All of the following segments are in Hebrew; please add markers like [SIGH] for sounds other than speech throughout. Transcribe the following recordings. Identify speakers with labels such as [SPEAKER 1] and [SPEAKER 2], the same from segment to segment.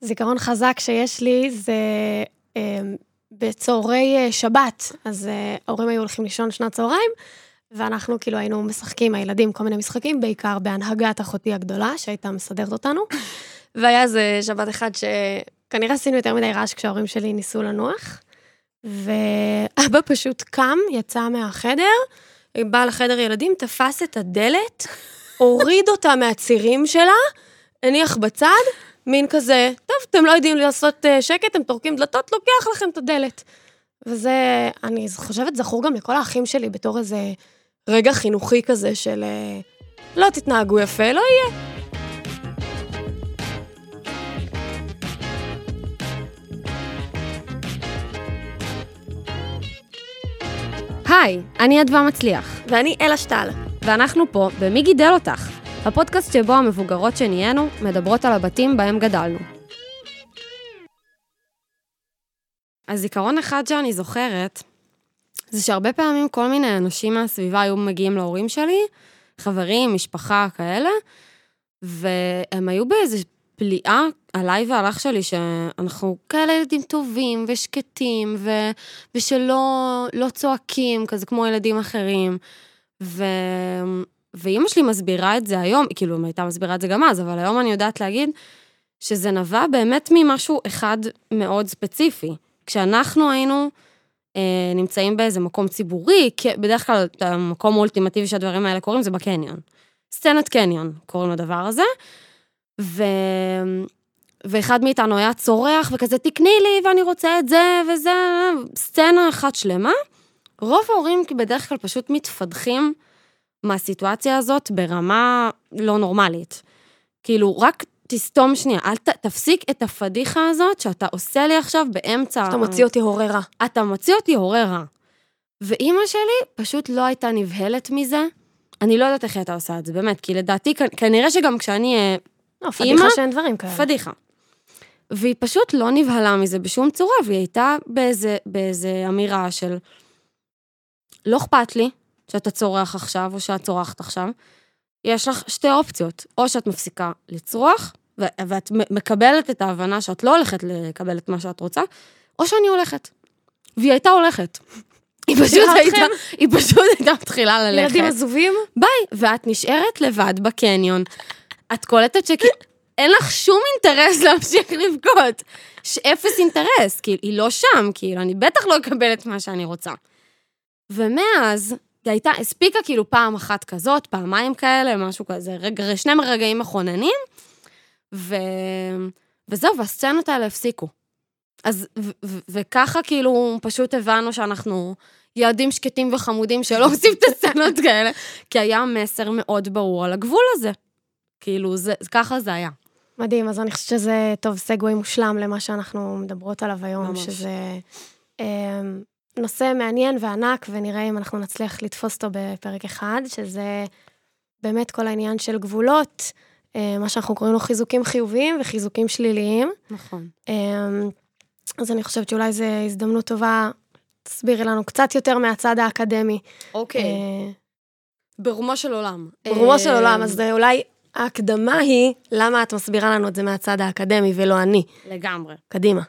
[SPEAKER 1] זיכרון חזק שיש לי זה אה, בצהרי אה, שבת, אז אה, ההורים היו הולכים לישון שנת צהריים, ואנחנו כאילו היינו משחקים, הילדים, כל מיני משחקים, בעיקר בהנהגת אחותי הגדולה, שהייתה מסדרת אותנו. [LAUGHS] והיה איזה שבת אחת שכנראה עשינו יותר מדי רעש כשההורים שלי ניסו לנוח, ואבא פשוט קם, יצא מהחדר, בא לחדר ילדים, תפס את הדלת, הוריד אותה מהצירים שלה, הניח בצד, מין כזה, טוב, אתם לא יודעים לעשות אה, שקט, אתם טורקים דלתות, לוקח לכם את הדלת. וזה, אני ז- חושבת, זכור גם לכל האחים שלי בתור איזה רגע חינוכי כזה של אה, לא תתנהגו יפה, לא יהיה.
[SPEAKER 2] היי, אני אדווה מצליח,
[SPEAKER 1] ואני אלה שטל.
[SPEAKER 2] ואנחנו פה במי גידל אותך, הפודקאסט שבו המבוגרות שנהיינו מדברות על הבתים בהם גדלנו. אז זיכרון אחד שאני זוכרת, זה שהרבה פעמים כל מיני אנשים מהסביבה היו מגיעים להורים שלי, חברים, משפחה, כאלה, והם היו באיזו פליאה עליי ועל אח שלי, שאנחנו כאלה ילדים טובים ושקטים, ו... ושלא לא צועקים, כזה כמו ילדים אחרים. ו... ואימא שלי מסבירה את זה היום, כאילו, אם הייתה מסבירה את זה גם אז, אבל היום אני יודעת להגיד שזה נבע באמת ממשהו אחד מאוד ספציפי. כשאנחנו היינו אה, נמצאים באיזה מקום ציבורי, כ- בדרך כלל המקום האולטימטיבי שהדברים האלה קורים זה בקניון. סצנת קניון קוראים לדבר הזה. ו... ואחד מאיתנו היה צורח וכזה, תקני לי ואני רוצה את זה וזה, סצנה אחת שלמה. רוב ההורים בדרך כלל פשוט מתפדחים מהסיטואציה הזאת ברמה לא נורמלית. כאילו, רק תסתום שנייה, אל ת, תפסיק את הפדיחה הזאת שאתה עושה לי עכשיו באמצע...
[SPEAKER 1] אתה מוציא אותי הורה רע.
[SPEAKER 2] אתה מוציא אותי הורה רע. ואימא שלי פשוט לא הייתה נבהלת מזה. אני לא יודעת איך היא הייתה עושה את זה, באמת, כי לדעתי, כ- כנראה שגם כשאני אה, אהיה
[SPEAKER 1] לא,
[SPEAKER 2] אמא?
[SPEAKER 1] פדיחה שאין דברים כאלה.
[SPEAKER 2] פדיחה. והיא פשוט לא נבהלה מזה בשום צורה, והיא הייתה באיזה, באיזה אמירה של, לא אכפת לי שאתה צורח עכשיו, או שאת צורחת עכשיו. יש לך שתי אופציות, או שאת מפסיקה לצרוח, ו- ואת מ- מקבלת את ההבנה שאת לא הולכת לקבל את מה שאת רוצה, או שאני הולכת. והיא הייתה הולכת. היא פשוט
[SPEAKER 1] סליחה,
[SPEAKER 2] הייתה,
[SPEAKER 1] אתכם?
[SPEAKER 2] היא פשוט הייתה מתחילה ללכת.
[SPEAKER 1] ילדים עזובים?
[SPEAKER 2] ביי, ואת נשארת לבד בקניון. את קולטת שכאילו, אין לך שום אינטרס להמשיך לבכות. יש אפס אינטרס, כאילו, היא לא שם, כאילו, אני בטח לא אקבל את מה שאני רוצה. ומאז, היא הייתה, הספיקה כאילו פעם אחת כזאת, פעמיים כאלה, משהו כזה, רגע, שני רגעים מכוננים, ו... וזהו, והסצנות האלה הפסיקו. אז, ו- ו- וככה כאילו פשוט הבנו שאנחנו ילדים שקטים וחמודים שלא עושים את הסצנות כאלה, כי היה מסר מאוד ברור על הגבול הזה. כאילו, זה, ככה זה היה.
[SPEAKER 1] מדהים, אז אני חושבת שזה, טוב, סגווי מושלם למה שאנחנו מדברות עליו היום,
[SPEAKER 2] ממש.
[SPEAKER 1] שזה אה, נושא מעניין וענק, ונראה אם אנחנו נצליח לתפוס אותו בפרק אחד, שזה באמת כל העניין של גבולות, אה, מה שאנחנו קוראים לו חיזוקים חיוביים וחיזוקים שליליים.
[SPEAKER 2] נכון.
[SPEAKER 1] אמ, אז אני חושבת שאולי זו הזדמנות טובה, תסבירי לנו קצת יותר מהצד האקדמי.
[SPEAKER 2] אוקיי.
[SPEAKER 1] אה,
[SPEAKER 2] ברומו של עולם.
[SPEAKER 1] ברומו של
[SPEAKER 2] אה,
[SPEAKER 1] עולם, אז אה, אולי ההקדמה היא, למה את מסבירה לנו את זה מהצד האקדמי ולא אני?
[SPEAKER 2] לגמרי.
[SPEAKER 1] קדימה.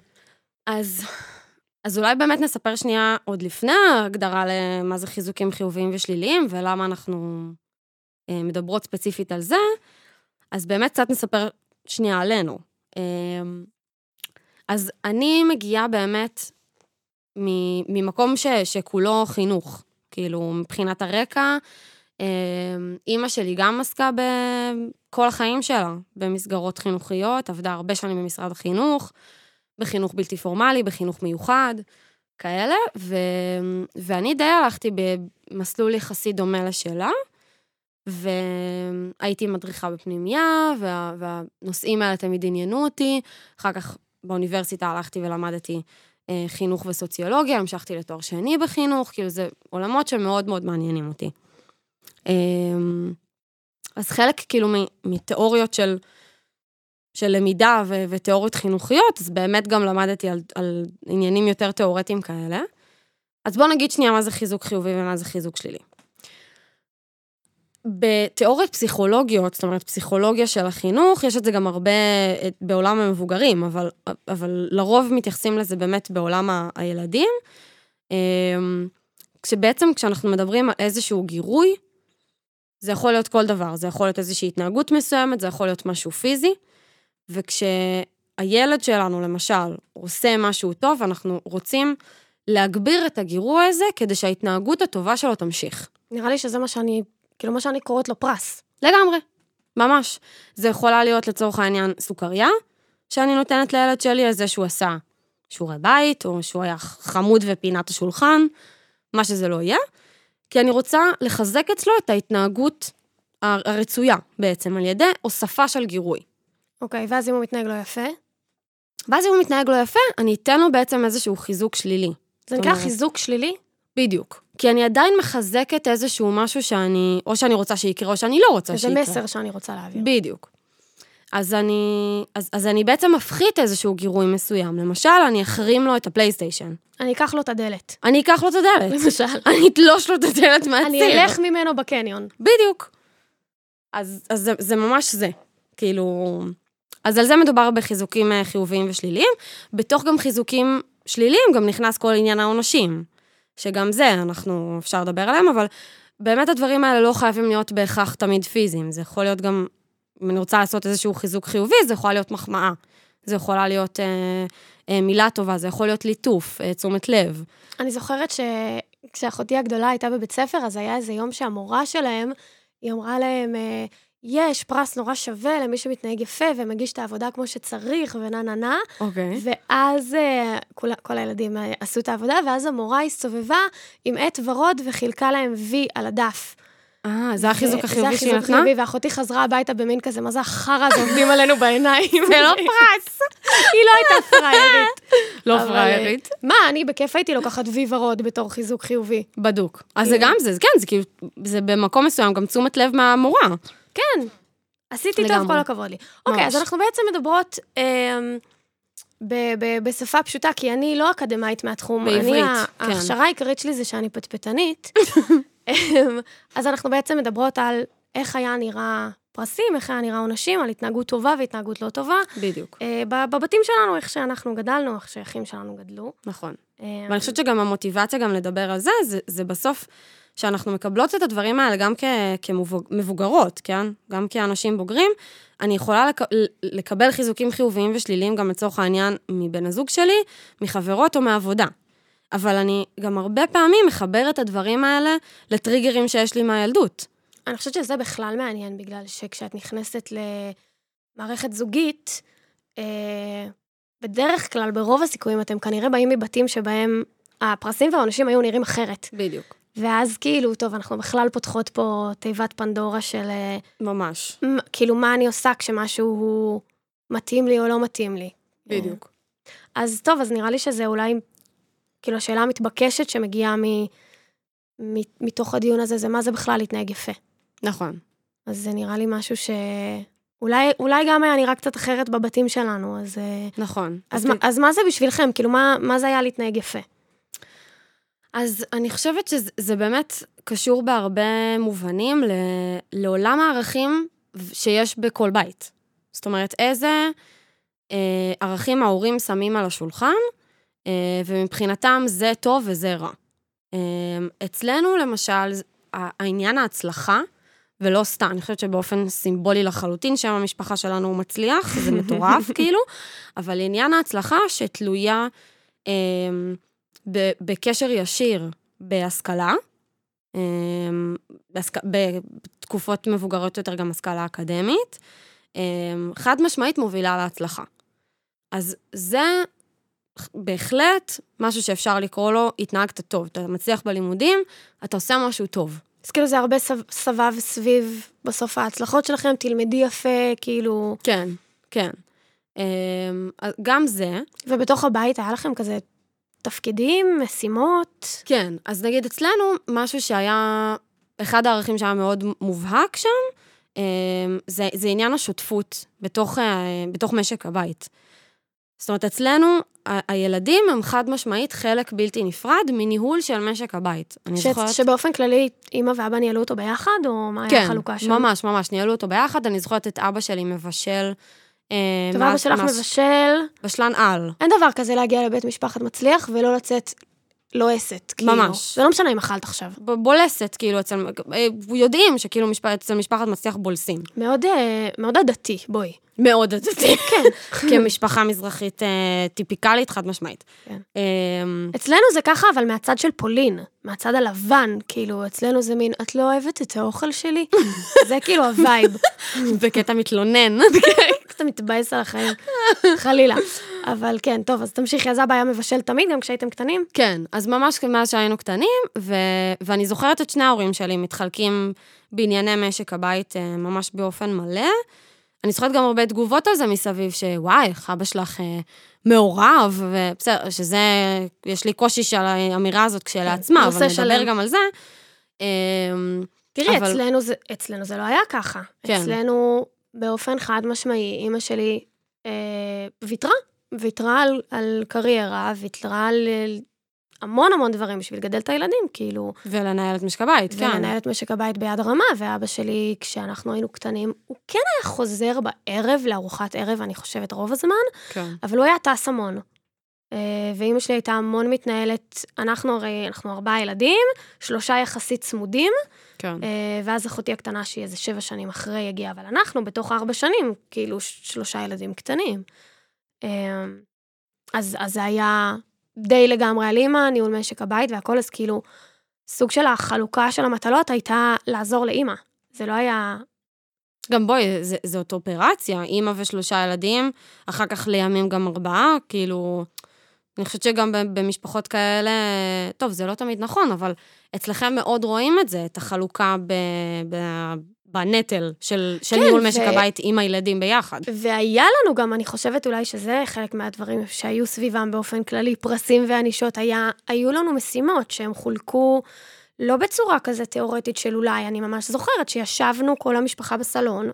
[SPEAKER 2] אז, אז אולי באמת נספר שנייה עוד לפני ההגדרה למה זה חיזוקים חיוביים ושליליים, ולמה אנחנו אה, מדברות ספציפית על זה, אז באמת קצת נספר שנייה עלינו. אה, אז אני מגיעה באמת מ- ממקום ש, שכולו חינוך, כאילו, מבחינת הרקע. אה, אימא שלי גם עסקה בכל החיים שלה במסגרות חינוכיות, עבדה הרבה שנים במשרד החינוך, בחינוך בלתי פורמלי, בחינוך מיוחד, כאלה, ו... ואני די הלכתי במסלול יחסי דומה לשלה, והייתי מדריכה בפנימייה, וה... והנושאים האלה תמיד עניינו אותי. אחר כך באוניברסיטה הלכתי ולמדתי אה, חינוך וסוציולוגיה, המשכתי לתואר שני בחינוך, כאילו זה עולמות שמאוד מאוד מעניינים אותי. אה, אז חלק כאילו מ- מתיאוריות של של למידה ו- ותיאוריות חינוכיות, אז באמת גם למדתי על, על עניינים יותר תיאורטיים כאלה. אז בואו נגיד שנייה מה זה חיזוק חיובי ומה זה חיזוק שלילי. בתיאוריות פסיכולוגיות, זאת אומרת, פסיכולוגיה של החינוך, יש את זה גם הרבה אה, בעולם המבוגרים, אבל, אבל לרוב מתייחסים לזה באמת בעולם ה- הילדים. אמ, כשבעצם כשאנחנו מדברים על איזשהו גירוי, זה יכול להיות כל דבר, זה יכול להיות איזושהי התנהגות מסוימת, זה יכול להיות משהו פיזי, וכשהילד שלנו, למשל, עושה משהו טוב, אנחנו רוצים להגביר את הגירוי הזה כדי שההתנהגות הטובה שלו תמשיך.
[SPEAKER 1] נראה לי שזה מה שאני, כאילו, מה שאני קוראת לו פרס.
[SPEAKER 2] לגמרי, ממש. זה יכולה להיות לצורך העניין סוכריה, שאני נותנת לילד שלי על זה שהוא עשה שיעורי בית, או שהוא היה חמוד ופינת השולחן, מה שזה לא יהיה, כי אני רוצה לחזק אצלו את ההתנהגות הר- הרצויה בעצם, על ידי הוספה של גירוי.
[SPEAKER 1] אוקיי, ואז אם הוא מתנהג לא יפה,
[SPEAKER 2] ואז אם הוא מתנהג לא יפה, אני אתן לו בעצם איזשהו חיזוק שלילי.
[SPEAKER 1] זה נקרא
[SPEAKER 2] אומרת-
[SPEAKER 1] חיזוק שלילי?
[SPEAKER 2] בדיוק. כי אני עדיין מחזקת איזשהו משהו שאני, או שאני רוצה שיקרה, או שאני לא רוצה
[SPEAKER 1] זה
[SPEAKER 2] שיקרה.
[SPEAKER 1] מסר שאני רוצה להעביר.
[SPEAKER 2] בדיוק. אז אני, אז, אז אני בעצם מפחית איזשהו גירוי מסוים. למשל, אני אחרים לו את הפלייסטיישן.
[SPEAKER 1] אני אקח לו את הדלת,
[SPEAKER 2] אני אקח לו את
[SPEAKER 1] [LAUGHS]
[SPEAKER 2] הדלת.
[SPEAKER 1] למשל.
[SPEAKER 2] אני אתלוש לו את הדלת מהציר.
[SPEAKER 1] אני אלך ממנו בקניון.
[SPEAKER 2] בדיוק. אז, אז זה, זה ממש זה. כאילו... אז על זה מדובר בחיזוקים אה, חיוביים ושליליים. בתוך גם חיזוקים שליליים גם נכנס כל עניין העונשים. שגם זה, אנחנו, אפשר לדבר עליהם, אבל באמת הדברים האלה לא חייבים להיות בהכרח תמיד פיזיים. זה יכול להיות גם, אם אני רוצה לעשות איזשהו חיזוק חיובי, זה יכול להיות מחמאה. זה יכולה להיות אה, אה, מילה טובה, זה יכול להיות ליטוף, אה, תשומת לב.
[SPEAKER 1] אני זוכרת שכשאחותי הגדולה הייתה בבית ספר, אז היה איזה יום שהמורה שלהם, היא אמרה להם, אה, יש פרס נורא שווה למי שמתנהג יפה ומגיש את העבודה כמו שצריך ונה נה נה,
[SPEAKER 2] אוקיי.
[SPEAKER 1] ואז אה, כל, כל הילדים אה, עשו את העבודה, ואז המורה הסתובבה עם עט ורוד וחילקה להם וי על הדף.
[SPEAKER 2] אה, זה החיזוק
[SPEAKER 1] ו-
[SPEAKER 2] החיובי שהיא
[SPEAKER 1] זה החיזוק
[SPEAKER 2] נתנה?
[SPEAKER 1] החיובי, ואחותי חזרה הביתה במין כזה, מה זה החרא הזה עובדים עלינו בעיניים?
[SPEAKER 2] [LAUGHS] זה
[SPEAKER 1] [LAUGHS]
[SPEAKER 2] לא פרס.
[SPEAKER 1] היא לא הייתה פראיירית.
[SPEAKER 2] לא
[SPEAKER 1] אבל,
[SPEAKER 2] פראיירית.
[SPEAKER 1] אה, מה, אני בכיף הייתי לוקחת וי ורוד בתור חיזוק חיובי.
[SPEAKER 2] אה, בדוק. אז זה גם זה, זה כן, זה כאילו, זה במקום מסוים גם תשומת לב מהמורה.
[SPEAKER 1] כן, עשיתי טוב,
[SPEAKER 2] לגמרי.
[SPEAKER 1] כל הכבוד לי. אוקיי, אז
[SPEAKER 2] ממש.
[SPEAKER 1] אנחנו בעצם מדברות אמ, ב- ב- בשפה פשוטה, כי אני לא אקדמאית מהתחום.
[SPEAKER 2] בעברית,
[SPEAKER 1] אני, ה-
[SPEAKER 2] כן.
[SPEAKER 1] ההכשרה העיקרית שלי זה שאני
[SPEAKER 2] [LAUGHS]
[SPEAKER 1] פטפטנית. אמ, אז אנחנו בעצם מדברות על איך היה נראה פרסים, איך היה נראה עונשים, על התנהגות טובה והתנהגות לא טובה.
[SPEAKER 2] בדיוק.
[SPEAKER 1] אה, ב- בבתים שלנו, איך שאנחנו גדלנו, איך שהאחים שלנו גדלו.
[SPEAKER 2] נכון.
[SPEAKER 1] אמ,
[SPEAKER 2] ואני חושבת שגם המוטיבציה גם לדבר על זה, זה, זה בסוף שאנחנו מקבלות את הדברים האלה גם כ- כמבוגרות, כן? גם כאנשים בוגרים. אני יכולה לק, ל- לקבל חיזוקים חיוביים ושליליים גם לצורך העניין מבן הזוג שלי, מחברות או מעבודה. אבל אני גם הרבה פעמים מחברת את הדברים האלה לטריגרים שיש לי מהילדות.
[SPEAKER 1] אני חושבת שזה בכלל מעניין, בגלל שכשאת נכנסת למערכת זוגית, אה, בדרך כלל, ברוב הסיכויים, אתם כנראה באים מבתים שבהם הפרסים והעונשים היו נראים אחרת.
[SPEAKER 2] בדיוק.
[SPEAKER 1] ואז כאילו, טוב, אנחנו בכלל פותחות פה תיבת פנדורה של אה,
[SPEAKER 2] ממש.
[SPEAKER 1] מ- כאילו, מה אני עושה כשמשהו הוא מתאים לי או לא מתאים לי.
[SPEAKER 2] בדיוק.
[SPEAKER 1] אז טוב, אז נראה לי שזה אולי, כאילו, השאלה המתבקשת שמגיעה מ... מ- מתוך הדיון הזה, זה מה זה בכלל להתנהג יפה.
[SPEAKER 2] נכון.
[SPEAKER 1] אז זה נראה לי משהו שאולי אולי גם היה נראה קצת אחרת בבתים שלנו, אז, אה,
[SPEAKER 2] נכון.
[SPEAKER 1] אז, מה, אז מה זה בשבילכם? כאילו, מה, מה זה היה להתנהג יפה?
[SPEAKER 2] אז אני חושבת שזה זה באמת קשור בהרבה מובנים ל, לעולם הערכים ו- שיש בכל בית. זאת אומרת, איזה אה, ערכים ההורים שמים על השולחן, אה, ומבחינתם זה טוב וזה רע. אה, אצלנו, למשל, ז- ה- העניין ההצלחה, ולא סתם, אני חושבת שבאופן סימבולי לחלוטין, שם המשפחה שלנו הוא מצליח, זה מטורף כאילו, אבל עניין ההצלחה שתלויה... אה, ב- בקשר ישיר בהשכלה, אמ, בהשכ- בתקופות מבוגרות יותר גם השכלה אקדמית, אמ, חד משמעית מובילה להצלחה. אז זה בהחלט משהו שאפשר לקרוא לו התנהגת טוב. אתה מצליח בלימודים, אתה עושה משהו טוב.
[SPEAKER 1] אז כאילו זה הרבה סב- סבב סביב בסוף ההצלחות שלכם, תלמדי יפה, כאילו...
[SPEAKER 2] כן, כן. אמ, אז גם זה,
[SPEAKER 1] ובתוך הבית היה לכם כזה תפקידים, משימות,
[SPEAKER 2] כן, אז נגיד אצלנו, משהו שהיה, אחד הערכים שהיה מאוד מובהק שם, אמ, זה, זה עניין השותפות בתוך, אה, בתוך משק אה, הבית. זאת אומרת, אצלנו ה- הילדים הם חד משמעית חלק בלתי נפרד מניהול של משק הבית. אני
[SPEAKER 1] ש-
[SPEAKER 2] זוכרת...
[SPEAKER 1] שבאופן כללי, אימא ואבא ניהלו אותו ביחד, או מה היה
[SPEAKER 2] כן,
[SPEAKER 1] החלוקה שם?
[SPEAKER 2] ממש, ממש, ניהלו אותו ביחד. אני זוכרת את אבא שלי מבשל... אה,
[SPEAKER 1] טוב, אבא
[SPEAKER 2] מה-
[SPEAKER 1] שלך
[SPEAKER 2] מה-
[SPEAKER 1] מבשל.
[SPEAKER 2] בשלן על.
[SPEAKER 1] אין דבר כזה להגיע לבית משפחת מצליח ולא לצאת לועסת, כאילו.
[SPEAKER 2] ממש.
[SPEAKER 1] זה לא משנה אם אכלת עכשיו.
[SPEAKER 2] ב- בולסת, כאילו, אצל... אה, יודעים שכאילו משפ... אצל משפחת מצליח בולסים.
[SPEAKER 1] מאוד, אה, מאוד עדתי, בואי.
[SPEAKER 2] מאוד עדתי. כן. כמשפחה מזרחית אה, טיפיקלית, חד משמעית.
[SPEAKER 1] כן.
[SPEAKER 2] אה,
[SPEAKER 1] אצלנו זה ככה, אבל מהצד של פולין, מהצד הלבן, כאילו, אצלנו זה מין, את לא אוהבת את האוכל שלי? [LAUGHS] זה כאילו הווייב. [LAUGHS]
[SPEAKER 2] בקטע מתלונן. [LAUGHS]
[SPEAKER 1] אתה מתבאס על החיים, חלילה. אבל כן, טוב, אז תמשיכי, אז אבא היה מבשל תמיד, גם כשהייתם קטנים?
[SPEAKER 2] כן, אז ממש מאז שהיינו קטנים, ו... ואני זוכרת את שני ההורים שלי מתחלקים בענייני משק הבית אה, ממש באופן מלא. אני זוכרת גם הרבה תגובות על זה מסביב, שוואי, איך אבא שלך אה, מעורב, ובסדר, שזה, יש לי קושי של האמירה הזאת כשלעצמה, אבל
[SPEAKER 1] כן, נושא
[SPEAKER 2] נדבר
[SPEAKER 1] שלם.
[SPEAKER 2] גם על זה. אה,
[SPEAKER 1] תראי,
[SPEAKER 2] אבל-
[SPEAKER 1] אבל... אצלנו, זה, אצלנו זה לא היה ככה.
[SPEAKER 2] כן.
[SPEAKER 1] כן. אצלנו, באופן חד משמעי, אימא שלי אה, ויתרה. ויתרה על, על קריירה, ויתרה על על המון המון דברים בשביל לגדל את הילדים, כאילו,
[SPEAKER 2] ולנהל את משק הבית, כן.
[SPEAKER 1] ולנהל את משק הבית ביד רמה, ואבא שלי, כשאנחנו היינו קטנים, הוא כן היה חוזר בערב לארוחת ערב, אני חושבת, רוב הזמן,
[SPEAKER 2] כן.
[SPEAKER 1] אבל הוא היה טס המון. אה, ואימא שלי הייתה המון מתנהלת, אנחנו הרי, אנחנו ארבעה ילדים, שלושה יחסית צמודים,
[SPEAKER 2] כן.
[SPEAKER 1] אה, ואז אחותי הקטנה, שהיא איזה שבע שנים אחרי, הגיעה, אבל אנחנו בתוך ארבע שנים, כאילו ש- שלושה ילדים קטנים. אה, אז, אז זה היה די לגמרי על אימא, ניהול משק הבית והכל, אז כאילו, סוג של החלוקה של המטלות הייתה לעזור לאימא. זה לא היה...
[SPEAKER 2] גם בואי, זה, זה אותו אופרציה, אימא ושלושה ילדים, אחר כך לימים גם ארבעה, כאילו... אני חושבת שגם ב- במשפחות כאלה, טוב, זה לא תמיד נכון, אבל אצלכם מאוד רואים את זה, את החלוקה ב, ב, בנטל של, של
[SPEAKER 1] כן,
[SPEAKER 2] ניהול
[SPEAKER 1] ו-
[SPEAKER 2] משק הבית עם הילדים ביחד.
[SPEAKER 1] והיה לנו גם, אני חושבת אולי שזה חלק מהדברים שהיו סביבם באופן כללי, פרסים וענישות, היה, היו לנו משימות שהם חולקו לא בצורה כזה תיאורטית של אולי, אני ממש זוכרת שישבנו כל המשפחה בסלון,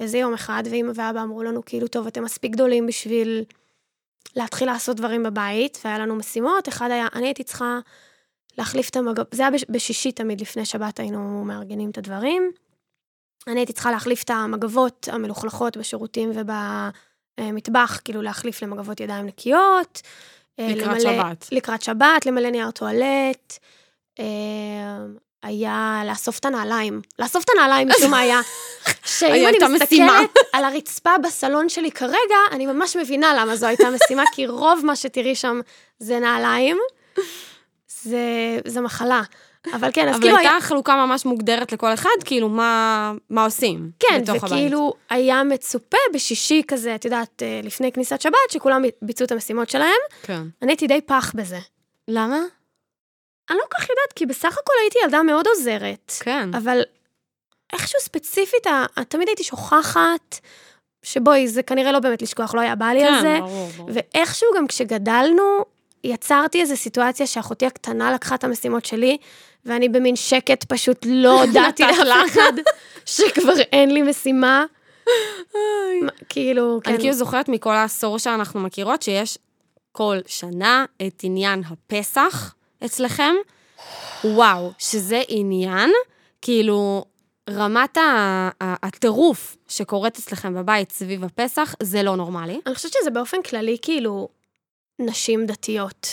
[SPEAKER 1] איזה יום אחד, ואמא ואבא אמרו לנו, כאילו, טוב, אתם מספיק גדולים בשביל להתחיל לעשות דברים בבית, והיה לנו משימות, אחד היה, אני הייתי צריכה להחליף את המגבות, זה היה בש- בשישי תמיד, לפני שבת היינו מארגנים את הדברים. אני הייתי צריכה להחליף את המגבות המלוכלכות בשירותים ובמטבח, כאילו להחליף למגבות ידיים נקיות. אה,
[SPEAKER 2] לקראת
[SPEAKER 1] למלא-
[SPEAKER 2] שבת.
[SPEAKER 1] לקראת שבת, למלא נייר טואלט. אה, היה לאסוף את הנעליים. לאסוף את הנעליים משום מה
[SPEAKER 2] [LAUGHS]
[SPEAKER 1] היה. שאם אני
[SPEAKER 2] הייתה משימה.
[SPEAKER 1] מסתכלת [LAUGHS] על הרצפה בסלון שלי כרגע, אני ממש מבינה למה זו הייתה משימה, כי רוב מה שתראי שם זה נעליים. זה, זה מחלה. אבל כן, אז
[SPEAKER 2] אבל
[SPEAKER 1] כאילו
[SPEAKER 2] הייתה
[SPEAKER 1] היה...
[SPEAKER 2] חלוקה ממש מוגדרת לכל אחד, כאילו, מה, מה עושים
[SPEAKER 1] כן,
[SPEAKER 2] בתוך הבית.
[SPEAKER 1] וכאילו היה מצופה בשישי כזה, את יודעת, אה, לפני כניסת שבת, שכולם ביצעו את המשימות שלהם.
[SPEAKER 2] כן.
[SPEAKER 1] אני הייתי די פח בזה.
[SPEAKER 2] למה?
[SPEAKER 1] אני לא כל כך יודעת, כי בסך הכל הייתי ילדה מאוד עוזרת.
[SPEAKER 2] כן.
[SPEAKER 1] אבל איכשהו ספציפית, ה- תמיד הייתי שוכחת, שבואי, זה כנראה לא באמת לשכוח, לא היה בא לי על זה.
[SPEAKER 2] כן, ברור, ברור.
[SPEAKER 1] ואיכשהו גם כשגדלנו, יצרתי איזו סיטואציה שאחותי הקטנה לקחה את המשימות שלי, ואני במין שקט פשוט
[SPEAKER 2] [LAUGHS]
[SPEAKER 1] לא הודעתי
[SPEAKER 2] נתת לה.
[SPEAKER 1] לאף אחד שכבר אין לי משימה. מה, כאילו,
[SPEAKER 2] אני
[SPEAKER 1] כן.
[SPEAKER 2] כאילו זוכרת מכל העשור שאנחנו מכירות, שיש כל שנה את עניין הפסח אצלכם. וואו, שזה עניין, כאילו, רמת ה- ה- הטירוף שקורית אצלכם בבית סביב הפסח, זה לא נורמלי.
[SPEAKER 1] אני חושבת שזה באופן כללי, כאילו, נשים דתיות.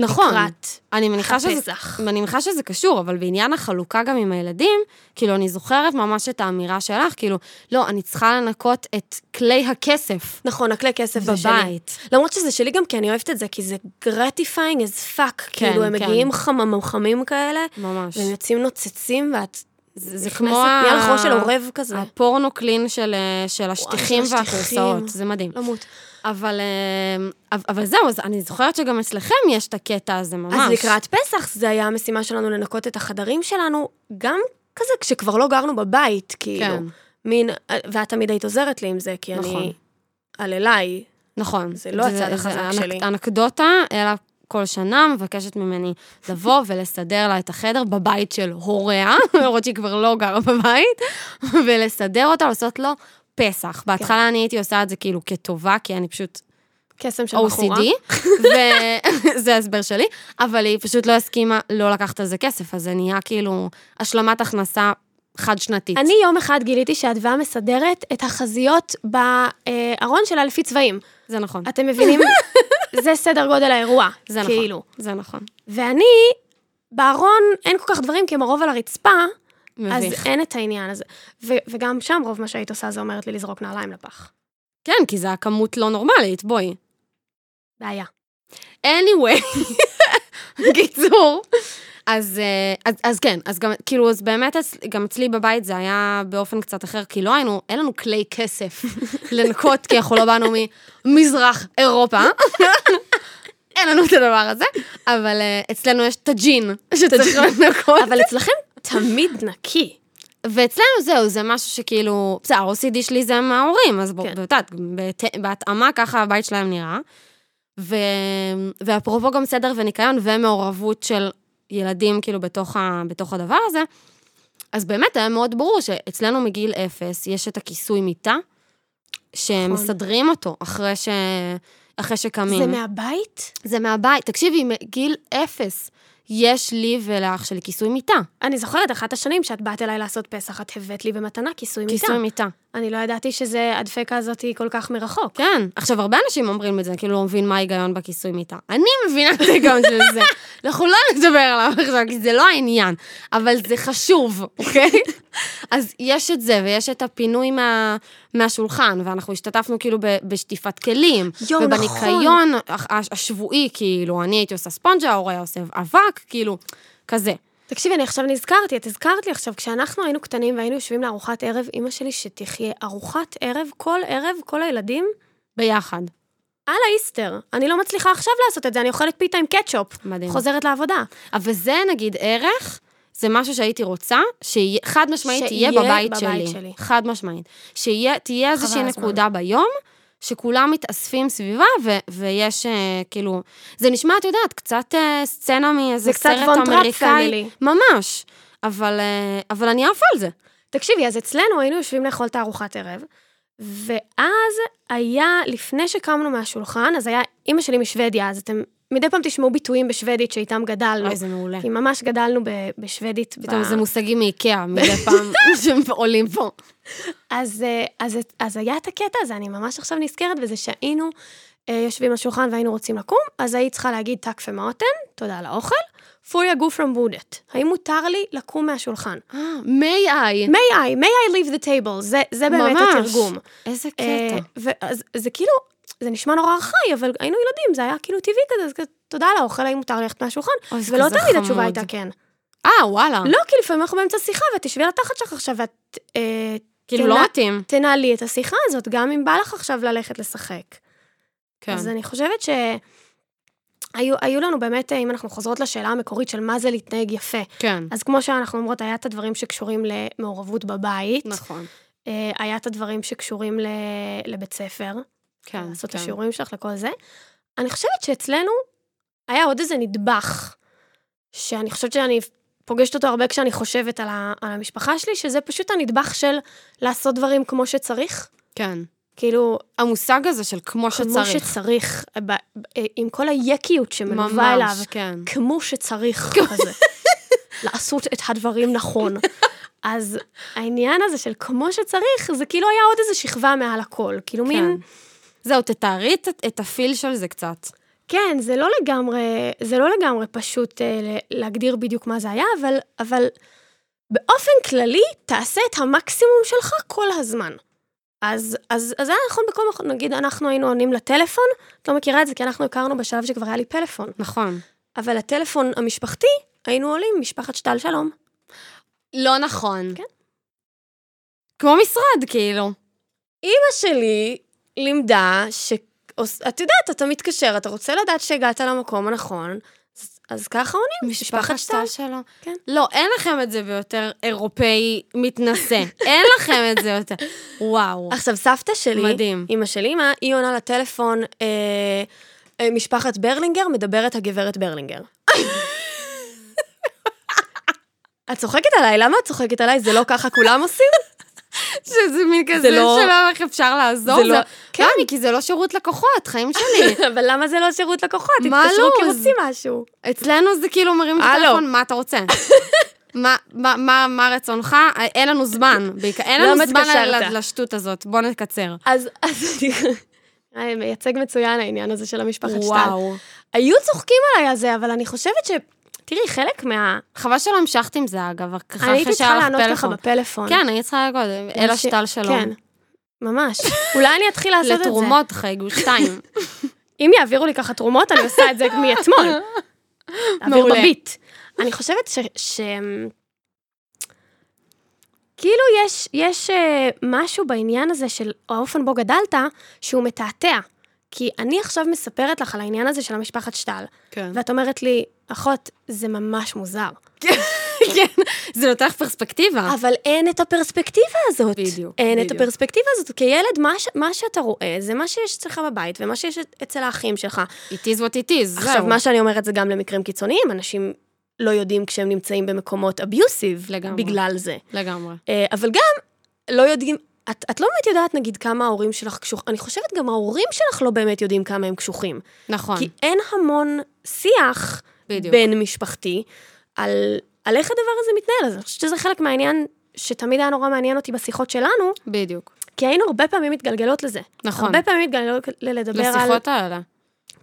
[SPEAKER 2] נכון,
[SPEAKER 1] לקראת
[SPEAKER 2] אני מניחה שזה
[SPEAKER 1] הפסח.
[SPEAKER 2] אני מניחה שזה קשור, אבל בעניין החלוקה גם עם הילדים, כאילו, אני זוכרת ממש את האמירה שלך, כאילו, לא, אני צריכה לנקות את כלי הכסף
[SPEAKER 1] נכון, הכלי כסף זה שלי.
[SPEAKER 2] בבית.
[SPEAKER 1] למרות שזה שלי גם כי אני אוהבת את זה, כי זה גרטיפיינג as fuck,
[SPEAKER 2] כן,
[SPEAKER 1] כאילו הם
[SPEAKER 2] כן.
[SPEAKER 1] מגיעים חממים חמים כאלה,
[SPEAKER 2] ממש.
[SPEAKER 1] והם יוצאים נוצצים, ואת
[SPEAKER 2] זה זה
[SPEAKER 1] נכנסת
[SPEAKER 2] כמו...
[SPEAKER 1] נהיה
[SPEAKER 2] ה-
[SPEAKER 1] לך ראש של עורב כזה.
[SPEAKER 2] הפורנו קלין של, אה, של השטיחים
[SPEAKER 1] של השטיחים.
[SPEAKER 2] והכורסאות, זה מדהים.
[SPEAKER 1] למות.
[SPEAKER 2] אבל, אה, אבל- אבל זהו, אז אני זוכרת שגם אצלכם יש את הקטע הזה ממש.
[SPEAKER 1] אז לקראת פסח, זו הייתה המשימה שלנו לנקות את החדרים שלנו, גם כזה כשכבר לא גרנו בבית, כאילו.
[SPEAKER 2] כן,
[SPEAKER 1] מין, ואת תמיד היית עוזרת לי עם זה, כי
[SPEAKER 2] נכון.
[SPEAKER 1] אני... על אליי.
[SPEAKER 2] נכון.
[SPEAKER 1] זה לא הצד החזק
[SPEAKER 2] אנק-
[SPEAKER 1] שלי.
[SPEAKER 2] אנקדוטה, אלא כל שנה מבקשת ממני לבוא [LAUGHS] ולסדר לה את החדר בבית של הוריה, [LAUGHS] למרות שהיא כבר לא גרה בבית, [LAUGHS]
[SPEAKER 1] כן.
[SPEAKER 2] ולסדר אותה, לעשות לו פסח. בהתחלה אני הייתי עושה את זה כאילו כטובה, כי אני פשוט...
[SPEAKER 1] קסם של בחורה.
[SPEAKER 2] OCD, וזה ההסבר שלי, אבל היא פשוט לא הסכימה לא לקחת על זה כסף, אז זה נהיה כאילו השלמת הכנסה חד-שנתית.
[SPEAKER 1] אני יום אחד גיליתי שהדווה מסדרת את החזיות בארון שלה לפי צבעים.
[SPEAKER 2] זה נכון,
[SPEAKER 1] אתם
[SPEAKER 2] [LAUGHS]
[SPEAKER 1] מבינים? זה סדר גודל האירוע,
[SPEAKER 2] זה נכון.
[SPEAKER 1] כאילו.
[SPEAKER 2] זה נכון.
[SPEAKER 1] ואני, בארון אין כל כך דברים, כי הם הרוב על הרצפה, אז
[SPEAKER 2] מביך.
[SPEAKER 1] אין את העניין הזה. ו- וגם שם רוב מה שהיית עושה זה אומרת לי לזרוק נעליים לפח.
[SPEAKER 2] כן, כי זה הכמות לא נורמלית, בואי.
[SPEAKER 1] בעיה.
[SPEAKER 2] anyway, [LAUGHS] קיצור. אז, אה, אז, אז כן, אז גם, כאילו, אז באמת, אצ- גם אצלי בבית זה היה באופן קצת אחר, כי לא היינו, אין לנו כלי
[SPEAKER 1] [LAUGHS]
[SPEAKER 2] כסף לנקות, כי אנחנו לא באנו ממזרח
[SPEAKER 1] [LAUGHS]
[SPEAKER 2] אירופה. אין לנו את הדבר הזה, אבל אה, אצלנו יש טאג'ין שצריך לנקות.
[SPEAKER 1] אבל אצלכם תמיד נקי.
[SPEAKER 2] ואצלנו זהו, זה משהו שכאילו, בסדר, ה-OCD שלי זה מההורים, אז
[SPEAKER 1] כן.
[SPEAKER 2] כן. את יודעת, בת- בהתאמה ככה הבית שלהם נראה. ו... ואפרופו גם סדר וניקיון ומעורבות של ילדים כאילו בתוך, ה... בתוך הדבר הזה, אז באמת היה מאוד ברור שאצלנו מגיל אפס יש את הכיסוי מיטה, שמסדרים אותו אחרי, ש... אחרי שקמים.
[SPEAKER 1] נכון. זה מהבית?
[SPEAKER 2] זה מהבית, תקשיבי, מגיל אפס יש לי ולאח שלי כיסוי מיטה.
[SPEAKER 1] אני זוכרת אחת השנים שאת באת אליי לעשות פסח, את הבאת לי במתנה כיסוי מיטה.
[SPEAKER 2] כיסוי מיטה.
[SPEAKER 1] אני לא ידעתי שזה, הדפקה הזאת היא כל כך מרחוק.
[SPEAKER 2] כן. עכשיו, הרבה אנשים אומרים את זה, כאילו לא מבין מה ההיגיון בכיסוי מיטה. אני מבינה את ההיגיון של
[SPEAKER 1] [LAUGHS]
[SPEAKER 2] זה. אנחנו לא נדבר עליו עכשיו, כי זה לא העניין, אבל זה חשוב,
[SPEAKER 1] [LAUGHS]
[SPEAKER 2] אוקיי? אז יש את זה, ויש את הפינוי מה, מהשולחן, ואנחנו השתתפנו כאילו ב, בשטיפת כלים.
[SPEAKER 1] יואו, נכון.
[SPEAKER 2] ובניקיון הח- הש- השבועי, כאילו, אני הייתי עושה ספונג'ה, ההורה היה עושה אבק, כאילו, כזה.
[SPEAKER 1] תקשיבי, אני עכשיו נזכרתי, את הזכרת לי עכשיו, כשאנחנו היינו קטנים והיינו יושבים לארוחת ערב, אימא שלי שתחיה ארוחת ערב, כל ערב, כל הילדים,
[SPEAKER 2] ביחד.
[SPEAKER 1] על האיסטר. אני לא מצליחה עכשיו לעשות את זה, אני אוכלת פיתה עם קטשופ.
[SPEAKER 2] מדהים.
[SPEAKER 1] חוזרת לעבודה.
[SPEAKER 2] אבל זה, נגיד, ערך, זה משהו שהייתי רוצה, שחד משמעית
[SPEAKER 1] שיהיה
[SPEAKER 2] תהיה בבית,
[SPEAKER 1] בבית
[SPEAKER 2] שלי.
[SPEAKER 1] שלי.
[SPEAKER 2] חד משמעית. שתהיה איזושהי
[SPEAKER 1] הזמן.
[SPEAKER 2] נקודה ביום, שכולם מתאספים סביבה, ו- ויש אה, כאילו... זה נשמע, את יודעת, קצת אה, סצנה מאיזה
[SPEAKER 1] זה קצת
[SPEAKER 2] סרט
[SPEAKER 1] Von Trapp
[SPEAKER 2] אמריקאי.
[SPEAKER 1] family.
[SPEAKER 2] ממש. אבל, אה, אבל אני עפה על זה.
[SPEAKER 1] תקשיבי, אז אצלנו היינו יושבים לאכול את הארוחת ערב, ואז היה, לפני שקמנו מהשולחן, אז היה אימא שלי משוודיה, אז אתם מדי פעם תשמעו ביטויים בשוודית שאיתם גדלנו.
[SPEAKER 2] אוי, זה מעולה.
[SPEAKER 1] כי ממש גדלנו ב- בשוודית.
[SPEAKER 2] פתאום
[SPEAKER 1] ב-
[SPEAKER 2] זה מושגים מאיקאה מדי פעם
[SPEAKER 1] [LAUGHS]
[SPEAKER 2] שהם עולים פה.
[SPEAKER 1] אז, אה, אז, אז היה את הקטע הזה, אני ממש עכשיו נזכרת בזה שהיינו אה, יושבים על שולחן והיינו רוצים לקום, אז היית צריכה להגיד טאק ומאוטן, תודה על האוכל, פוריה גוף רמבודת. האם מותר לי לקום מהשולחן?
[SPEAKER 2] אה, מי איי.
[SPEAKER 1] may I, may I leave the table, זה, זה באמת
[SPEAKER 2] ממש.
[SPEAKER 1] התרגום.
[SPEAKER 2] איזה
[SPEAKER 1] אה,
[SPEAKER 2] קטע.
[SPEAKER 1] ואז זה כאילו, זה נשמע נורא ארכאי, אבל היינו ילדים, זה היה כאילו טבעי כזה, אז כזה, תודה על האוכל, האם מותר לי ללכת מהשולחן?
[SPEAKER 2] אוי, זה
[SPEAKER 1] ולא
[SPEAKER 2] כזה
[SPEAKER 1] תמיד התשובה
[SPEAKER 2] חמוד.
[SPEAKER 1] הייתה כן.
[SPEAKER 2] אה, וואלה.
[SPEAKER 1] לא, כי לפעמים אנחנו באמצע שיחה, ואת תשבי על התחת שלך עכשיו, ואת אה,
[SPEAKER 2] כאילו,
[SPEAKER 1] תנא-
[SPEAKER 2] לא מתאים.
[SPEAKER 1] תנהלי את השיחה הזאת, גם אם בא לך עכשיו ללכת לשחק.
[SPEAKER 2] כן.
[SPEAKER 1] אז אני חושבת ש... היו, היו לנו באמת, אה, אם אנחנו חוזרות לשאלה המקורית של מה זה להתנהג יפה,
[SPEAKER 2] כן.
[SPEAKER 1] אז כמו שאנחנו אומרות, היה את הדברים שקשורים למעורבות בבית,
[SPEAKER 2] נכון.
[SPEAKER 1] אה, היה את הדברים שקשורים ל- לבית ספר,
[SPEAKER 2] כן,
[SPEAKER 1] לעשות את
[SPEAKER 2] כן.
[SPEAKER 1] השיעורים שלך לכל זה. אני חושבת שאצלנו היה עוד איזה נדבך, שאני חושבת שאני פוגשת אותו הרבה כשאני חושבת על, ה, על המשפחה שלי, שזה פשוט הנדבך של לעשות דברים כמו שצריך.
[SPEAKER 2] כן.
[SPEAKER 1] כאילו,
[SPEAKER 2] המושג הזה של כמו
[SPEAKER 1] כמו
[SPEAKER 2] שצריך.
[SPEAKER 1] שצריך, ב, ב, עם כל היקיות שמלווה אליו,
[SPEAKER 2] ממש, כן.
[SPEAKER 1] כמו שצריך כזה. לעשות את הדברים נכון. אז העניין הזה של כמו שצריך, זה כאילו היה עוד איזה שכבה מעל הכל. כאילו כן. מין,
[SPEAKER 2] כן. זהו, תתארי את- את הפיל של זה קצת.
[SPEAKER 1] כן, זה לא לגמרי, זה לא לגמרי פשוט אה, ל- להגדיר בדיוק מה זה היה, אבל, אבל באופן כללי, תעשה את המקסימום שלך כל הזמן. אז, אז, אז זה היה נכון בכל מקום, נגיד אנחנו היינו עונים לטלפון, את לא מכירה את זה כי אנחנו הכרנו בשלב שכבר היה לי פלאפון,
[SPEAKER 2] נכון.
[SPEAKER 1] אבל הטלפון המשפחתי, היינו עולים משפחת שטל שלום.
[SPEAKER 2] לא נכון.
[SPEAKER 1] כן.
[SPEAKER 2] כמו משרד, כאילו.
[SPEAKER 1] אימא שלי לימדה ש... עוש- את יודעת, אתה מתקשר, אתה רוצה לדעת שהגעת למקום הנכון, אז, אז ככה
[SPEAKER 2] כן,
[SPEAKER 1] עונים, משפחת שטל.
[SPEAKER 2] שלו.
[SPEAKER 1] כן.
[SPEAKER 2] לא, אין לכם את זה ביותר אירופאי [LAUGHS] מתנשא. אין לכם את זה יותר. וואו.
[SPEAKER 1] עכשיו, סבתא שלי,
[SPEAKER 2] מדהים.
[SPEAKER 1] אימא של אימא, היא עונה לטלפון, אה, אה, משפחת ברלינגר, מדברת הגברת ברלינגר. [LAUGHS] את צוחקת עליי, למה את צוחקת עליי? זה לא ככה כולם עושים?
[SPEAKER 2] [LAUGHS] שזה מין כזה
[SPEAKER 3] לא-
[SPEAKER 2] שלא איך אפשר לעזור.
[SPEAKER 3] זה לא-
[SPEAKER 2] זה- למה? כי זה לא שירות לקוחות, חיים שלי.
[SPEAKER 1] [LAUGHS] אבל למה זה לא שירות לקוחות?
[SPEAKER 2] מה
[SPEAKER 1] התקשרו כי
[SPEAKER 2] לא?
[SPEAKER 1] רוצים משהו.
[SPEAKER 2] אצלנו זה כאילו מרים את
[SPEAKER 1] אה, לא.
[SPEAKER 3] הלו.
[SPEAKER 2] הטלפון, מה אתה
[SPEAKER 1] [LAUGHS]
[SPEAKER 2] רוצה? מה- מה- מה מה רצונך? אה, אין לנו זמן, בעיקר.
[SPEAKER 1] לא
[SPEAKER 2] אין לנו
[SPEAKER 3] למה
[SPEAKER 2] זמן ל-
[SPEAKER 3] התקשרת?
[SPEAKER 2] לשטות הזאת, בוא נקצר.
[SPEAKER 1] אז... אז- [LAUGHS] אה, מייצג מצוין העניין הזה של המשפחת שטל.
[SPEAKER 2] וואו.
[SPEAKER 1] היו צוחקים עליי על זה, אבל אני חושבת ש... תראי, חלק מה...
[SPEAKER 2] חבל שלא המשכת עם זה, אגב. אחרי
[SPEAKER 1] אני הייתי
[SPEAKER 2] שהיה
[SPEAKER 1] צריכה
[SPEAKER 2] לך
[SPEAKER 1] לענות לך
[SPEAKER 2] פלאפון.
[SPEAKER 1] בפלאפון.
[SPEAKER 2] כן, אני צריכה להגיד, אלה
[SPEAKER 1] אנשים-
[SPEAKER 2] שטל שלום.
[SPEAKER 1] כן, ממש. אולי אני אתחיל לעשות את זה.
[SPEAKER 2] לתרומות חייגו
[SPEAKER 1] [LAUGHS]
[SPEAKER 2] שתיים.
[SPEAKER 1] אם יעבירו לי ככה תרומות, אני עושה את זה מאתמול.
[SPEAKER 2] [LAUGHS]
[SPEAKER 1] מעולה.
[SPEAKER 2] מעולה.
[SPEAKER 1] בביט. אני חושבת ש... ש... כאילו יש, יש אה, משהו בעניין הזה של האופן בו גדלת, שהוא מתעתע. כי אני עכשיו מספרת לך על העניין הזה של המשפחת שטל,
[SPEAKER 3] כן.
[SPEAKER 1] ואת אומרת לי, אחות, זה ממש מוזר.
[SPEAKER 2] כן, זה נותן לך פרספקטיבה.
[SPEAKER 1] אבל אין את הפרספקטיבה הזאת.
[SPEAKER 2] אה. בדיוק,
[SPEAKER 1] אין את
[SPEAKER 2] בדיוק.
[SPEAKER 1] הפרספקטיבה הזאת. כילד, מה, ש... מה שאתה רואה, זה מה שיש אצלך בבית, ומה שיש אצל האחים שלך.
[SPEAKER 2] It is what it is, זהו.
[SPEAKER 1] עכשיו, מה שאני אומרת זה גם למקרים קיצוניים, אנשים לא יודעים כשהם נמצאים במקומות אביוסיב,
[SPEAKER 2] לגמרי.
[SPEAKER 1] בגלל זה.
[SPEAKER 2] לגמרי.
[SPEAKER 1] אה, אבל גם, לא יודעים, את, את לא באמת יודעת, נגיד, כמה ההורים שלך קשוחים, אני חושבת גם ההורים שלך לא באמת יודעים כמה הם קשוחים.
[SPEAKER 2] נכון,
[SPEAKER 1] כי אין המון שיח
[SPEAKER 2] בדיוק.
[SPEAKER 1] בין משפחתי על, על איך הדבר הזה מתנהל, אז אני חושבת שזה חלק מהעניין שתמיד היה נורא מעניין אותי בשיחות שלנו,
[SPEAKER 2] בדיוק.
[SPEAKER 1] כי היינו הרבה פעמים מתגלגלות לזה.
[SPEAKER 2] נכון.
[SPEAKER 1] הרבה פעמים מתגלגלות לדבר על...
[SPEAKER 2] לשיחות האלה.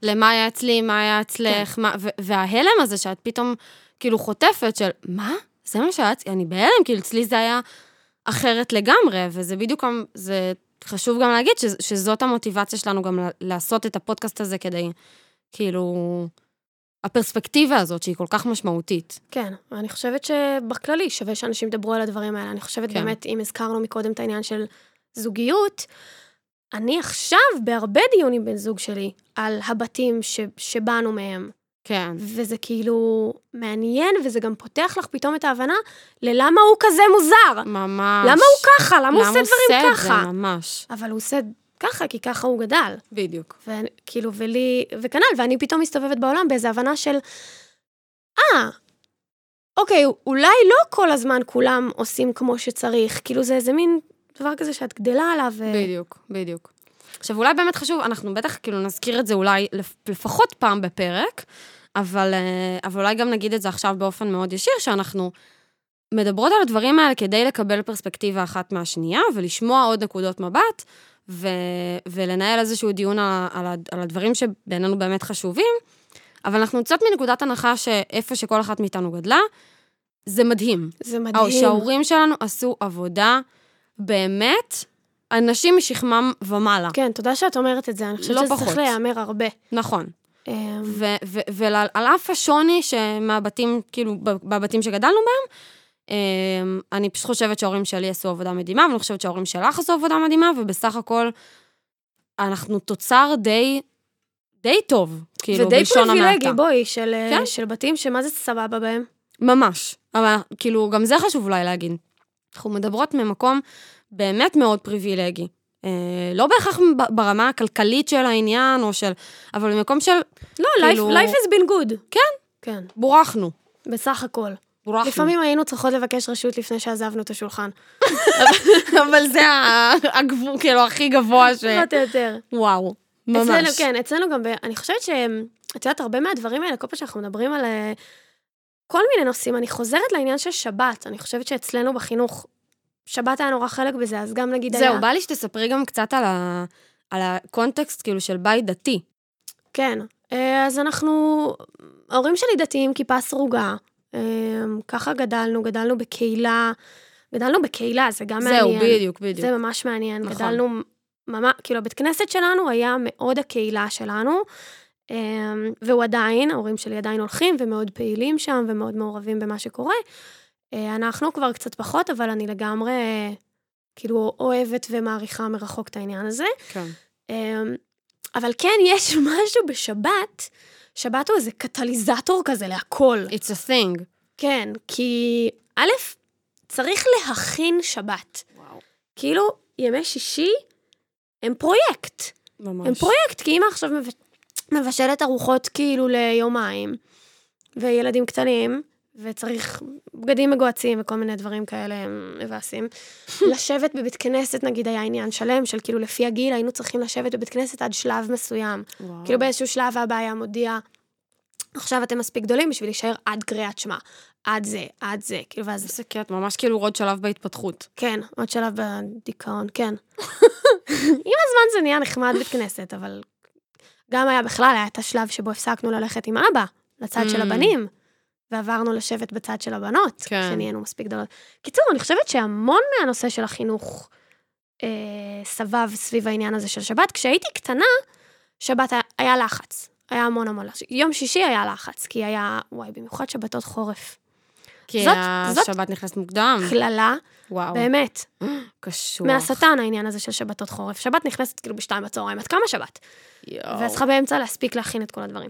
[SPEAKER 2] למה היה אצלי, מה היה
[SPEAKER 1] כן.
[SPEAKER 2] אצלך, מה- ו- וההלם הזה שאת פתאום כאילו חוטפת של, מה? זה מה שהיה אצלי? אני בהלם, כאילו אצלי זה היה אחרת לגמרי, וזה בדיוק, המ- זה חשוב גם להגיד ש- שזאת המוטיבציה שלנו גם ל- לעשות את הפודקאסט הזה כדי, כאילו, הפרספקטיבה הזאת שהיא כל כך משמעותית.
[SPEAKER 1] כן, אני חושבת שבכללי שווה שאנשים ידברו על הדברים האלה. אני חושבת
[SPEAKER 2] כן.
[SPEAKER 1] כן. באמת, אם הזכרנו מקודם את העניין של זוגיות, אני עכשיו בהרבה דיונים בן זוג שלי על הבתים ש, שבאנו מהם,
[SPEAKER 2] כן.
[SPEAKER 1] וזה כאילו מעניין, וזה גם פותח לך פתאום את ההבנה ללמה הוא כזה מוזר.
[SPEAKER 2] ממש.
[SPEAKER 1] למה הוא ככה? למה הוא עושה דברים
[SPEAKER 2] למה הוא עושה
[SPEAKER 1] ככה?
[SPEAKER 2] את זה? ממש.
[SPEAKER 1] אבל הוא עושה ככה, כי ככה הוא גדל.
[SPEAKER 2] בדיוק.
[SPEAKER 1] וכאילו, כאילו, ולי, וכנ"ל, ואני פתאום מסתובבת בעולם באיזו הבנה של, אה, אוקיי, אולי לא כל הזמן כולם עושים כמו שצריך, כאילו זה איזה מין דבר כזה שאת גדלה עליו. אה, ו-
[SPEAKER 2] בדיוק, בדיוק. עכשיו, אולי באמת חשוב, אנחנו בטח כאילו נזכיר את זה אולי לפ- לפחות פעם בפרק, אבל, אה, אבל אולי גם נגיד את זה עכשיו באופן מאוד ישיר, שאנחנו מדברות על הדברים האלה כדי לקבל פרספקטיבה אחת מהשנייה ולשמוע עוד נקודות מבט, ו, ולנהל איזשהו דיון על, על, ה- על הדברים שבינינו באמת חשובים, אבל אנחנו יוצאות מנקודת הנחה שאיפה שכל אחת מאיתנו גדלה, זה מדהים.
[SPEAKER 1] זה
[SPEAKER 2] אה, או
[SPEAKER 1] מדהים.
[SPEAKER 2] שההורים שלנו עשו עבודה באמת, אנשים משכמם ומעלה.
[SPEAKER 1] כן, תודה שאת אומרת את זה, אני חושבת
[SPEAKER 2] לא
[SPEAKER 1] שזה
[SPEAKER 2] פחות.
[SPEAKER 1] צריך להיאמר הרבה.
[SPEAKER 2] נכון.
[SPEAKER 1] אמ,
[SPEAKER 2] ועל אף השוני שמהבתים, כאילו, ב- בבתים שגדלנו בהם, אמ, אני פשוט חושבת שההורים שלי עשו עבודה מדהימה, ואני חושבת שההורים שלך עשו עבודה מדהימה, ובסך הכל אנחנו תוצר די, די טוב, כאילו,
[SPEAKER 1] ודי
[SPEAKER 2] בלשון המעטה.
[SPEAKER 1] פריבילגי, בואי, של, אה,
[SPEAKER 2] כן.
[SPEAKER 1] של בתים שמה זה סבבה בהם.
[SPEAKER 2] ממש. אבל כאילו, גם זה חשוב אולי להגיד. אנחנו מדברות ממקום באמת מאוד פריבילגי. אה, לא בהכרח ב- ברמה הכלכלית של העניין, או של... אבל במקום של
[SPEAKER 1] לא,
[SPEAKER 2] כאילו-
[SPEAKER 1] life, life has been good.
[SPEAKER 2] כן.
[SPEAKER 1] כן,
[SPEAKER 2] בורחנו.
[SPEAKER 1] בסך הכל.
[SPEAKER 2] בורחנו.
[SPEAKER 1] לפעמים היינו צריכות לבקש רשות לפני שעזבנו את השולחן.
[SPEAKER 2] [LAUGHS] אבל זה ה- הגבול, כאילו, הכי גבוה ש...
[SPEAKER 1] פחות או יותר.
[SPEAKER 2] וואו. כן. ממש.
[SPEAKER 1] אצלנו, כן, אצלנו גם, ב... אני חושבת שאת יודעת, הרבה מהדברים האלה, כל פעם שאנחנו מדברים על אה, כל מיני נושאים, אני חוזרת לעניין של שבת, אני חושבת שאצלנו בחינוך, שבת היה נורא חלק בזה, אז גם נגיד היה...
[SPEAKER 2] זהו, בא לי שתספרי גם קצת על, ה... על הקונטקסט, כאילו, של בית דתי.
[SPEAKER 1] כן. אה, אז אנחנו, ההורים שלי דתיים, כיפה סרוגה. אה, ככה גדלנו, גדלנו בקהילה. גדלנו בקהילה, זה גם
[SPEAKER 2] זהו,
[SPEAKER 1] מעניין.
[SPEAKER 2] בדיוק, בדיוק.
[SPEAKER 1] זה ממש מעניין.
[SPEAKER 2] נכון.
[SPEAKER 1] נכון. גדלנו, ממש, כאילו, הבית כנסת שלנו היה מאוד הקהילה שלנו, אמ, והוא עדיין, ההורים שלי עדיין הולכים ומאוד פעילים שם ומאוד מעורבים במה שקורה. אה, אנחנו כבר קצת פחות, אבל אני לגמרי, אה, כאילו, אוהבת ומעריכה מרחוק את העניין הזה.
[SPEAKER 2] כן.
[SPEAKER 1] אמ, אבל כן, [LAUGHS] יש משהו בשבת, שבת הוא איזה קטליזטור כזה להכל.
[SPEAKER 2] It's a thing.
[SPEAKER 1] כן, כי א', צריך להכין שבת.
[SPEAKER 2] וואו.
[SPEAKER 1] כאילו, ימי שישי הם פרויקט.
[SPEAKER 2] ממש.
[SPEAKER 1] הם פרויקט, כי אימא עכשיו מבש- מבשלת ארוחות כאילו ליומיים, וילדים קטנים, וצריך בגדים מגוהצים וכל מיני דברים כאלה הם
[SPEAKER 2] [LAUGHS]
[SPEAKER 1] מבאסים. לשבת בבית כנסת, נגיד, היה עניין שלם, של כאילו לפי הגיל היינו צריכים לשבת בבית כנסת עד שלב מסוים.
[SPEAKER 2] וואו.
[SPEAKER 1] כאילו באיזשהו שלב האבא היה מודיע, עכשיו אתם מספיק גדולים בשביל להישאר עד קריאת שמע, עד זה, עד זה, כאילו, ואז
[SPEAKER 2] איזה קטע, ממש כאילו עוד שלב בהתפתחות.
[SPEAKER 1] כן, עוד שלב בדיכאון, כן.
[SPEAKER 2] [LAUGHS]
[SPEAKER 1] עם הזמן זה נהיה נחמד בית כנסת, אבל גם היה בכלל, היה את השלב שבו הפסקנו ללכת עם אבא, לצד של
[SPEAKER 2] Mm.
[SPEAKER 1] הבנים, ועברנו לשבת בצד של הבנות,
[SPEAKER 2] כן.
[SPEAKER 1] כשנהיינו מספיק גדולות. קיצור, אני חושבת שהמון מהנושא של החינוך אה, סבב סביב העניין הזה של שבת. כשהייתי קטנה, שבת היה, היה לחץ. היה המון המון לחץ. יום שישי היה לחץ, כי היה, וואי, במיוחד שבתות חורף.
[SPEAKER 2] כי
[SPEAKER 1] זאת- זאת-
[SPEAKER 2] השבת נכנסת מוקדם.
[SPEAKER 1] קללה,
[SPEAKER 2] כן. וואו,
[SPEAKER 1] באמת.
[SPEAKER 2] קשוח.
[SPEAKER 1] מהשטן העניין הזה של שבתות חורף. שבת נכנסת כאילו בשתיים בצהריים, עד כמה שבת?
[SPEAKER 2] יואו.
[SPEAKER 1] ואז לך באמצע להספיק להכין את כל הדברים.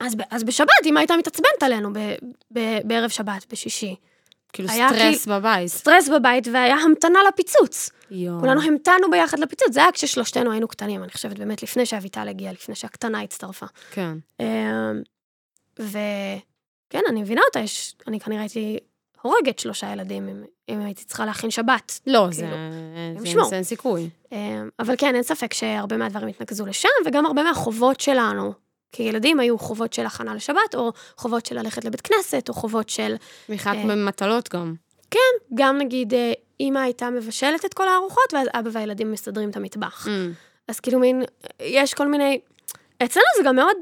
[SPEAKER 1] אז, ב- אז בשבת, אמא הייתה מתעצבנת עלינו ב, ב, בערב שבת, בשישי.
[SPEAKER 2] כאילו
[SPEAKER 1] היה
[SPEAKER 2] סטרס בבית.
[SPEAKER 1] סטרס בבית והיה המתנה לפיצוץ.
[SPEAKER 2] יואו.
[SPEAKER 1] כולנו המתנו ביחד לפיצוץ, זה היה כששלושתנו היינו קטנים, אני חושבת, באמת, לפני שאביטל הגיעה, לפני שהקטנה הצטרפה.
[SPEAKER 2] כן.
[SPEAKER 1] וכן, כן, אני מבינה אותה, יש, אני כנראה הייתי הורגת שלושה ילדים אם, אם הייתי צריכה להכין שבת.
[SPEAKER 2] לא, זה...
[SPEAKER 1] כאילו,
[SPEAKER 2] זה-
[SPEAKER 1] משמור.
[SPEAKER 2] זה אין סיכוי.
[SPEAKER 1] אמ, אבל כן, אין ספק שהרבה מהדברים התנקזו לשם, וגם הרבה מהחובות שלנו כילדים היו חובות של הכנה לשבת, או חובות של ללכת לבית כנסת, או חובות של...
[SPEAKER 2] מבחינת
[SPEAKER 1] אה,
[SPEAKER 2] מטלות גם.
[SPEAKER 1] גם נגיד, אה, אימא הייתה מבשלת את כל הארוחות, ואז אבא והילדים מסדרים את המטבח.
[SPEAKER 2] אמ,
[SPEAKER 1] אז כאילו מין, יש כל מיני... אצלנו זה גם מאוד,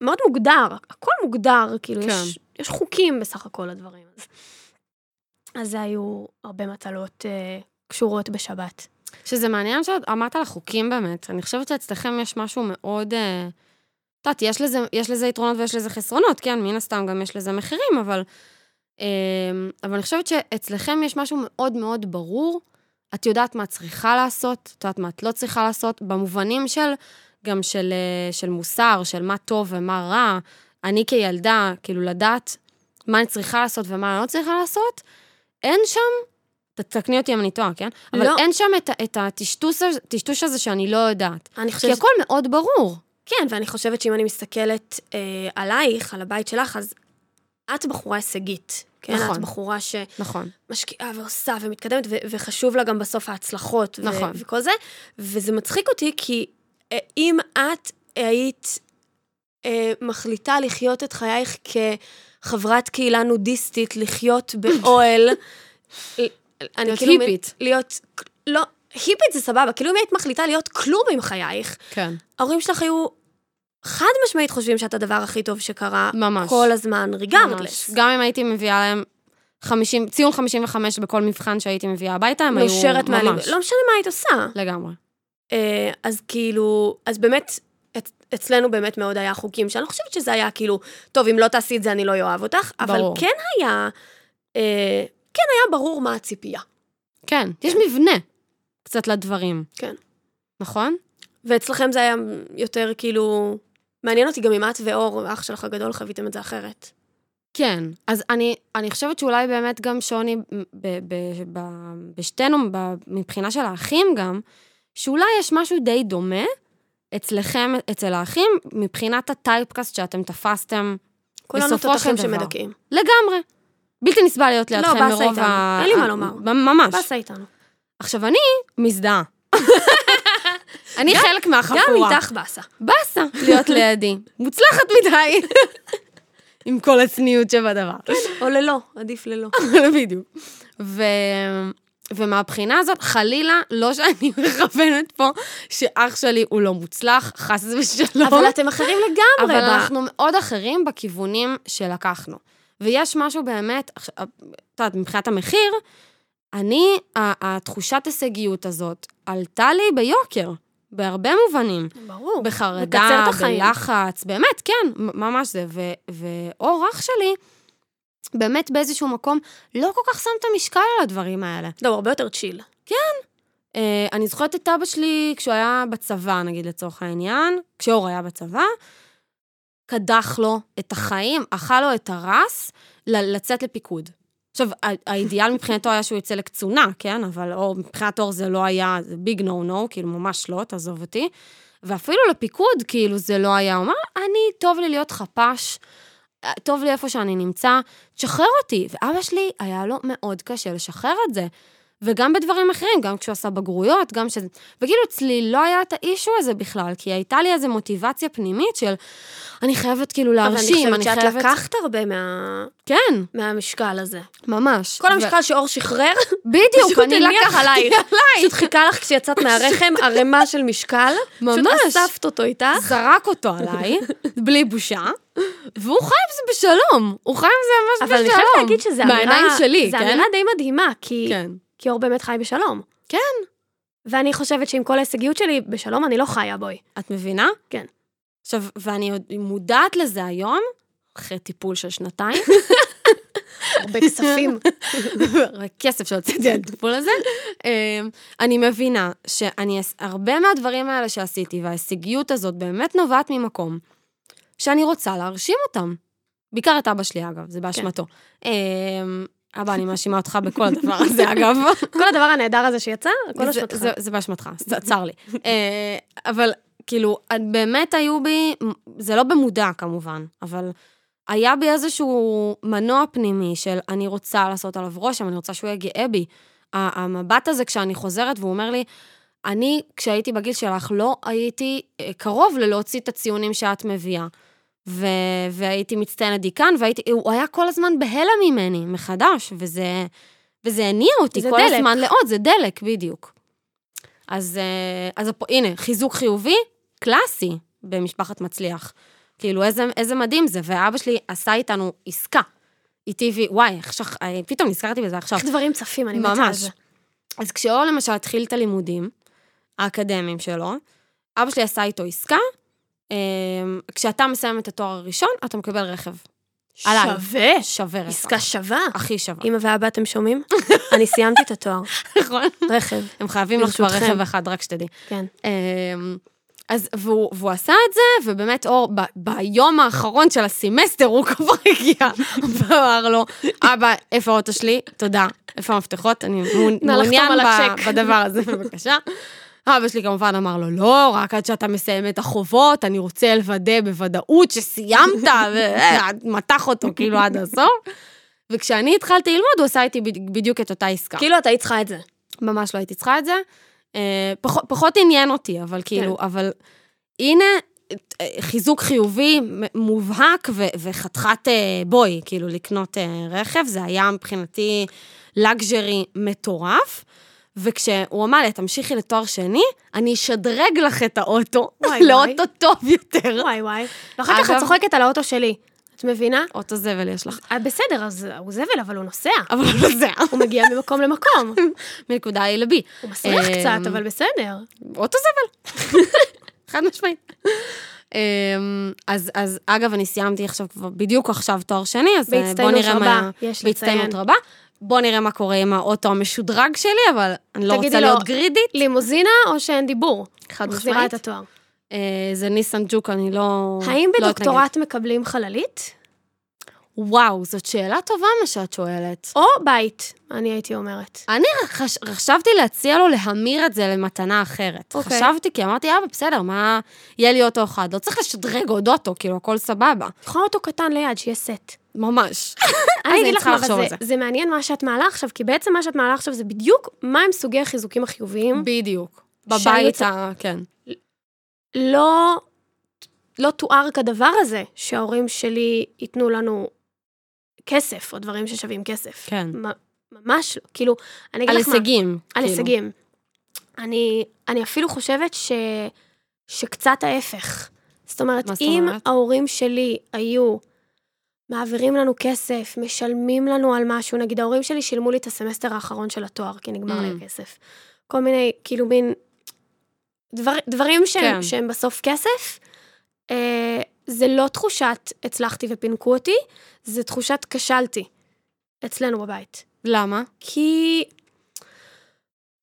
[SPEAKER 1] מאוד מוגדר, הכל מוגדר, כאילו,
[SPEAKER 2] כן.
[SPEAKER 1] יש, יש חוקים בסך הכל לדברים. אז, אז זה היו הרבה מטלות אה, קשורות בשבת.
[SPEAKER 2] שזה מעניין שאמרת על החוקים באמת. אני חושבת שאצלכם יש משהו מאוד... אה, את יודעת, יש לזה, יש לזה יתרונות ויש לזה חסרונות, כן? מן הסתם גם יש לזה מחירים, אבל... אה, אבל אני חושבת שאצלכם יש משהו מאוד מאוד ברור. את יודעת מה את צריכה לעשות, את יודעת מה את לא צריכה לעשות, במובנים של, גם של, אה, של מוסר, של מה טוב ומה רע. אני כילדה, כאילו, לדעת מה אני צריכה לעשות ומה אני לא צריכה לעשות, אין שם, ת- תקני אותי אם אני טועה, כן? אבל
[SPEAKER 1] לא.
[SPEAKER 2] אין שם את, ה- את הטשטוש הזה- הטשטוש הזה שאני לא יודעת.
[SPEAKER 1] אני
[SPEAKER 2] כי
[SPEAKER 1] חושבת
[SPEAKER 2] הכל מאוד ברור.
[SPEAKER 1] כן, ואני חושבת שאם אני מסתכלת אה, עלייך, על הבית שלך, אז את בחורה הישגית. כן,
[SPEAKER 2] נכון.
[SPEAKER 1] את בחורה
[SPEAKER 2] נכון.
[SPEAKER 1] שמשקיעה ועושה ומתקדמת, ו- וחשוב לה גם בסוף ההצלחות. ו-
[SPEAKER 2] נכון.
[SPEAKER 1] וכל זה, וזה מצחיק אותי, כי אה, אם את היית אה, מחליטה לחיות את חייך כחברת קהילה נודיסטית,
[SPEAKER 2] [LAUGHS]
[SPEAKER 1] לחיות באוהל, ל- אני
[SPEAKER 2] להיות
[SPEAKER 1] כאילו... מ-
[SPEAKER 2] היפית.
[SPEAKER 1] להיות... לא, היפית זה סבבה, כאילו אם היית מחליטה להיות כלום עם חייך,
[SPEAKER 2] כן.
[SPEAKER 1] ההורים שלך היו חד משמעית חושבים שאת הדבר הכי טוב שקרה.
[SPEAKER 2] ממש.
[SPEAKER 1] כל הזמן, ריגרדלס.
[SPEAKER 2] גם אם הייתי מביאה להם 50, ציון 55 בכל מבחן שהייתי מביאה הביתה, הם היו ממש.
[SPEAKER 1] נושרת מהליב. לא משנה מה היית עושה.
[SPEAKER 2] לגמרי.
[SPEAKER 1] אה, אז כאילו, אז באמת, אצ- אצלנו באמת מאוד היה חוקים, שאני לא חושבת שזה היה כאילו, טוב, אם לא תעשי את זה אני לא אוהב אותך, אבל
[SPEAKER 2] ברור.
[SPEAKER 1] כן היה, אה, כן היה ברור מה הציפייה.
[SPEAKER 2] כן, יש מבנה קצת לדברים.
[SPEAKER 1] כן.
[SPEAKER 2] נכון?
[SPEAKER 1] ואצלכם זה היה יותר כאילו, מעניין אותי גם אם את ואור, אח שלך הגדול, חוויתם את זה אחרת.
[SPEAKER 2] כן. אז אני, אני חושבת שאולי באמת גם שוני ב, ב, ב, בשתינו, ב, מבחינה של האחים גם, שאולי יש משהו די דומה אצלכם, אצל האחים, מבחינת הטייפקאסט שאתם תפסתם
[SPEAKER 1] כולנו
[SPEAKER 2] בסופו של
[SPEAKER 1] תותחים
[SPEAKER 2] דבר.
[SPEAKER 1] שמדכאים.
[SPEAKER 2] לגמרי. בלתי נסבל להיות
[SPEAKER 1] לא,
[SPEAKER 2] לידכם
[SPEAKER 1] באסה
[SPEAKER 2] מרוב
[SPEAKER 1] איתנו.
[SPEAKER 2] ה...
[SPEAKER 1] אין לי מה
[SPEAKER 2] ה-
[SPEAKER 1] לומר.
[SPEAKER 2] ב- ממש.
[SPEAKER 1] מה עשה איתנו?
[SPEAKER 2] עכשיו, אני
[SPEAKER 1] [LAUGHS]
[SPEAKER 2] מזדהה. אני חלק מהחבורה.
[SPEAKER 1] גם איתך באסה.
[SPEAKER 2] באסה
[SPEAKER 1] [LAUGHS]
[SPEAKER 2] להיות לידי. מוצלחת מדי. עם כל הצניעות שבדבר.
[SPEAKER 1] או ללא, עדיף ללא.
[SPEAKER 2] [LAUGHS] בדיוק. ו... ומהבחינה הזאת, חלילה, לא שאני [LAUGHS] מכוונת פה שאח שלי הוא לא מוצלח, חס ושלום.
[SPEAKER 1] אבל אתם אחרים לגמרי.
[SPEAKER 2] אבל
[SPEAKER 1] ב-
[SPEAKER 2] אנחנו מאוד אחרים בכיוונים שלקחנו. ויש משהו באמת, עכש- את יודעת, מבחינת המחיר, אני, ה- התחושת הישגיות הזאת עלתה לי ביוקר, בהרבה מובנים.
[SPEAKER 1] ברור. לקצר
[SPEAKER 2] בחרדה,
[SPEAKER 1] את החיים.
[SPEAKER 2] בלחץ, באמת, כן, מ- ממש זה. ו- ואור אח שלי, באמת באיזשהו מקום, לא כל כך שם את המשקל על הדברים האלה.
[SPEAKER 1] לא, הוא הרבה יותר צ'יל.
[SPEAKER 2] אה, אני זוכרת את אבא שלי כשהוא היה בצבא, נגיד לצורך העניין, כשאור היה בצבא, קדח לו את החיים, אכל לו את הרס, ל- לצאת לפיקוד. עכשיו, ה- האידיאל מבחינתו היה שהוא יצא לקצונה, כן? אבל אור, מבחינת אור זה לא היה, זה ביג נו נו, כאילו, ממש לא, תעזוב אותי. ואפילו לפיקוד, כאילו, זה לא היה. הוא אמר, אני, טוב לי להיות חפ"ש, טוב לי איפה שאני נמצא, תשחרר אותי. ואבא שלי, היה לו מאוד קשה לשחרר את זה. וגם בדברים אחרים, גם כשהוא עשה בגרויות, גם ש... וכאילו, אצלי לא היה את האישו הזה בכלל, כי הייתה לי איזו מוטיבציה פנימית של, אני חייבת כאילו להרשים,
[SPEAKER 1] אבל
[SPEAKER 2] אני
[SPEAKER 1] אני
[SPEAKER 2] חייבת...
[SPEAKER 1] חושבת שאת לקחת הרבה מה-
[SPEAKER 2] כן,
[SPEAKER 1] מהמשקל הזה.
[SPEAKER 2] ממש.
[SPEAKER 1] כל
[SPEAKER 2] ו-
[SPEAKER 1] המשקל שאור [LAUGHS] שחרר,
[SPEAKER 2] בדיוק,
[SPEAKER 1] פשוט
[SPEAKER 2] אני
[SPEAKER 1] הניח
[SPEAKER 2] לקחתי
[SPEAKER 1] עלייך.
[SPEAKER 2] עליי.
[SPEAKER 1] [LAUGHS] פשוט חיכה לך כשיצאת מהרחם ערימה של [LAUGHS] משקל.
[SPEAKER 2] ממש.
[SPEAKER 1] פשוט אספת אותו איתך.
[SPEAKER 2] זרק אותו עליי, בלי בושה, והוא חי עם זה בשלום. הוא חי עם זה ממש
[SPEAKER 1] אבל
[SPEAKER 2] בשלום.
[SPEAKER 1] אני חייבת להגיד שזה אמירה...
[SPEAKER 2] בעיניים שלי,
[SPEAKER 1] זה
[SPEAKER 2] כן?
[SPEAKER 1] אמירה די מדהימה, כי
[SPEAKER 2] כן.
[SPEAKER 1] כי אור באמת חי בשלום.
[SPEAKER 2] כן.
[SPEAKER 1] ואני חושבת שעם כל ההישגיות שלי, בשלום אני לא חיה בואי.
[SPEAKER 2] את מבינה?
[SPEAKER 1] כן.
[SPEAKER 2] עכשיו, ואני עוד מודעת לזה היום, אחרי טיפול של שנתיים,
[SPEAKER 1] הרבה [LAUGHS] כספים.
[SPEAKER 2] כסף שהוצאתי על הטיפול הזה, אמ, אני מבינה שאני, אס- הרבה מהדברים האלה שעשיתי, וההישגיות הזאת באמת נובעת ממקום שאני רוצה להרשים אותם. בעיקר את אבא שלי, אגב, זה באשמתו. אמ, אבא, אני מאשימה אותך בכל הדבר הזה, אגב.
[SPEAKER 1] כל הדבר הנהדר הזה שיצא, הכל
[SPEAKER 2] זה-
[SPEAKER 1] אשמתך.
[SPEAKER 2] זה- זה באשמתך, זה- צר לי. אה, אבל כאילו, באמת היו בי, זה לא במודע כמובן, אבל היה בי איזשהו מנוע פנימי של אני רוצה לעשות עליו רושם, אני רוצה שהוא יהיה גאה בי. ה- המבט הזה כשאני חוזרת והוא אומר לי, אני, כשהייתי בגיל שלך, לא הייתי אה, קרוב ללהוציא את הציונים שאת מביאה. ו- והייתי מצטיינת דיקן, והייתי, הוא היה כל הזמן בהלם ממני, מחדש, וזה, וזה הניע אותי
[SPEAKER 1] זה
[SPEAKER 2] כל
[SPEAKER 1] דלק.
[SPEAKER 2] הזמן לעוד, זה דלק, בדיוק. אז, אה, אז הפ- הנה, חיזוק חיובי, קלאסי במשפחת מצליח. כאילו, איזה, איזה מדהים זה, ואבא שלי עשה איתנו עסקה. איתי ו... וואי, עכשיו, אה, פתאום נזכרתי בזה עכשיו.
[SPEAKER 1] איך דברים צפים, אני מתה על
[SPEAKER 2] ממש.
[SPEAKER 1] זה.
[SPEAKER 2] אז כשאור למשל התחיל את הלימודים האקדמיים שלו, אבא שלי עשה איתו עסקה, אה, כשאתה מסיים את התואר הראשון, אתה מקבל רכב. עליי.
[SPEAKER 1] שווה.
[SPEAKER 2] שווה רכב.
[SPEAKER 1] עסקה שווה.
[SPEAKER 2] הכי שווה.
[SPEAKER 1] [LAUGHS] אמא ואבא, אתם שומעים? אני סיימתי את התואר.
[SPEAKER 2] נכון.
[SPEAKER 1] רכב,
[SPEAKER 2] הם חייבים לך כבר
[SPEAKER 1] ברשותכם.
[SPEAKER 2] רכב אחד, רק שתדעי.
[SPEAKER 1] כן.
[SPEAKER 2] אמ, אז, והוא, והוא עשה את זה, ובאמת, אור, ב, ביום האחרון של הסמסטר הוא כבר [LAUGHS] הגיע, ואמר לו, אבא, איפה האוטו שלי? תודה. איפה המפתחות? אני מעוניין
[SPEAKER 1] נא לחתום על
[SPEAKER 2] ב-
[SPEAKER 1] הצ'ק."
[SPEAKER 2] [LAUGHS] בדבר הזה, בבקשה. אבא שלי כמובן אמר לו, לא, רק עד שאתה מסיים את החובות, אני רוצה לוודא בוודאות שסיימת, ומתח אותו כאילו עד הסוף. וכשאני התחלתי ללמוד, הוא עשה איתי בד- בדיוק את אותה עסקה.
[SPEAKER 1] כאילו את היית צריכה את זה.
[SPEAKER 2] ממש לא הייתי צריכה את זה. אה, פחות, פחות עניין אותי, אבל כאילו, כן. אבל הנה אה, חיזוק חיובי מ- מובהק ו- וחתיכת אה, בוי, כאילו לקנות אה, רכב, זה היה מבחינתי לגז'רי מטורף. וכשהוא אמר לי, תמשיכי לתואר שני, אני אשדרג לך את האוטו
[SPEAKER 1] וואי,
[SPEAKER 2] לאוטו טוב יותר.
[SPEAKER 1] וואי וואי. ואחר כך
[SPEAKER 2] אגב-
[SPEAKER 1] את צוחקת על האוטו שלי. את מבינה?
[SPEAKER 2] אוטו זבל יש לך.
[SPEAKER 1] אה, בסדר, אז הוא זבל, אבל הוא נוסע.
[SPEAKER 2] אבל לא זה,
[SPEAKER 1] הוא [LAUGHS] מגיע ממקום למקום.
[SPEAKER 2] מנקודה A ל-B.
[SPEAKER 1] הוא מסריח
[SPEAKER 2] אמ,
[SPEAKER 1] קצת, אבל בסדר.
[SPEAKER 2] אוטו זבל. חד משמעית. אמ, אז, אז אגב, אני סיימתי עכשיו, כבר- בדיוק עכשיו תואר שני, אז אה, בוא
[SPEAKER 1] בהצטיינות
[SPEAKER 2] נראה מה...
[SPEAKER 1] רבה, יש
[SPEAKER 2] בהצטיינות
[SPEAKER 1] לציין.
[SPEAKER 2] רבה. בוא נראה מה קורה עם האוטו המשודרג שלי, אבל אני לא
[SPEAKER 1] תגידי
[SPEAKER 2] רוצה
[SPEAKER 1] לו,
[SPEAKER 2] להיות גרידית.
[SPEAKER 1] לימוזינה או שאין דיבור?
[SPEAKER 2] חד
[SPEAKER 1] מחזירה
[SPEAKER 2] משמעית.
[SPEAKER 1] את התואר.
[SPEAKER 2] אה, זה ניסן ג'וק, אני לא...
[SPEAKER 1] האם
[SPEAKER 2] לא אתנגד.
[SPEAKER 1] בדוקטורט מקבלים חללית?
[SPEAKER 2] וואו, זאת שאלה טובה מה שאת שואלת.
[SPEAKER 1] או בית, אני הייתי אומרת.
[SPEAKER 2] אני חש... חשבתי להציע לו להמיר את זה למתנה אחרת.
[SPEAKER 1] אוקיי.
[SPEAKER 2] חשבתי, כי אמרתי, אבא, בסדר, מה... יהיה לי אוטו אחד, לא צריך לשדרג עוד אוטו, כאילו, הכל סבבה.
[SPEAKER 1] תבחר אותו קטן ליד, שיהיה סט.
[SPEAKER 2] ממש.
[SPEAKER 1] אה, אני אגיד לך,
[SPEAKER 2] צריכה
[SPEAKER 1] מה,
[SPEAKER 2] לחשוב
[SPEAKER 1] אבל
[SPEAKER 2] על
[SPEAKER 1] זה,
[SPEAKER 2] זה.
[SPEAKER 1] זה מעניין מה שאת מעלה עכשיו, כי בעצם מה שאת מעלה עכשיו זה בדיוק מהם סוגי החיזוקים החיוביים.
[SPEAKER 2] בדיוק.
[SPEAKER 1] שהיו
[SPEAKER 2] בבית
[SPEAKER 1] צ-
[SPEAKER 2] ה... כן.
[SPEAKER 1] לא, לא תואר כדבר הזה שההורים שלי ייתנו לנו כסף, או דברים ששווים כסף.
[SPEAKER 2] כן.
[SPEAKER 1] מ- ממש, לא. כאילו, אני אגיד
[SPEAKER 2] על
[SPEAKER 1] לך מה.
[SPEAKER 2] הישגים.
[SPEAKER 1] על
[SPEAKER 2] כאילו.
[SPEAKER 1] הישגים. אני, אני אפילו חושבת ש, שקצת ההפך. זאת אומרת,
[SPEAKER 2] מה זאת
[SPEAKER 1] אם
[SPEAKER 2] אומרת?
[SPEAKER 1] ההורים שלי היו מעבירים לנו כסף, משלמים לנו על משהו, נגיד ההורים שלי שילמו לי את הסמסטר האחרון של התואר, כי נגמר
[SPEAKER 2] Mm.
[SPEAKER 1] להם כסף. כל מיני, כאילו מין, דבר, דברים שהם,
[SPEAKER 2] כן.
[SPEAKER 1] כן. שהם בסוף כסף, אה, זה לא תחושת הצלחתי ופינקו אותי, זה תחושת כשלתי אצלנו בבית.
[SPEAKER 2] למה?
[SPEAKER 1] כי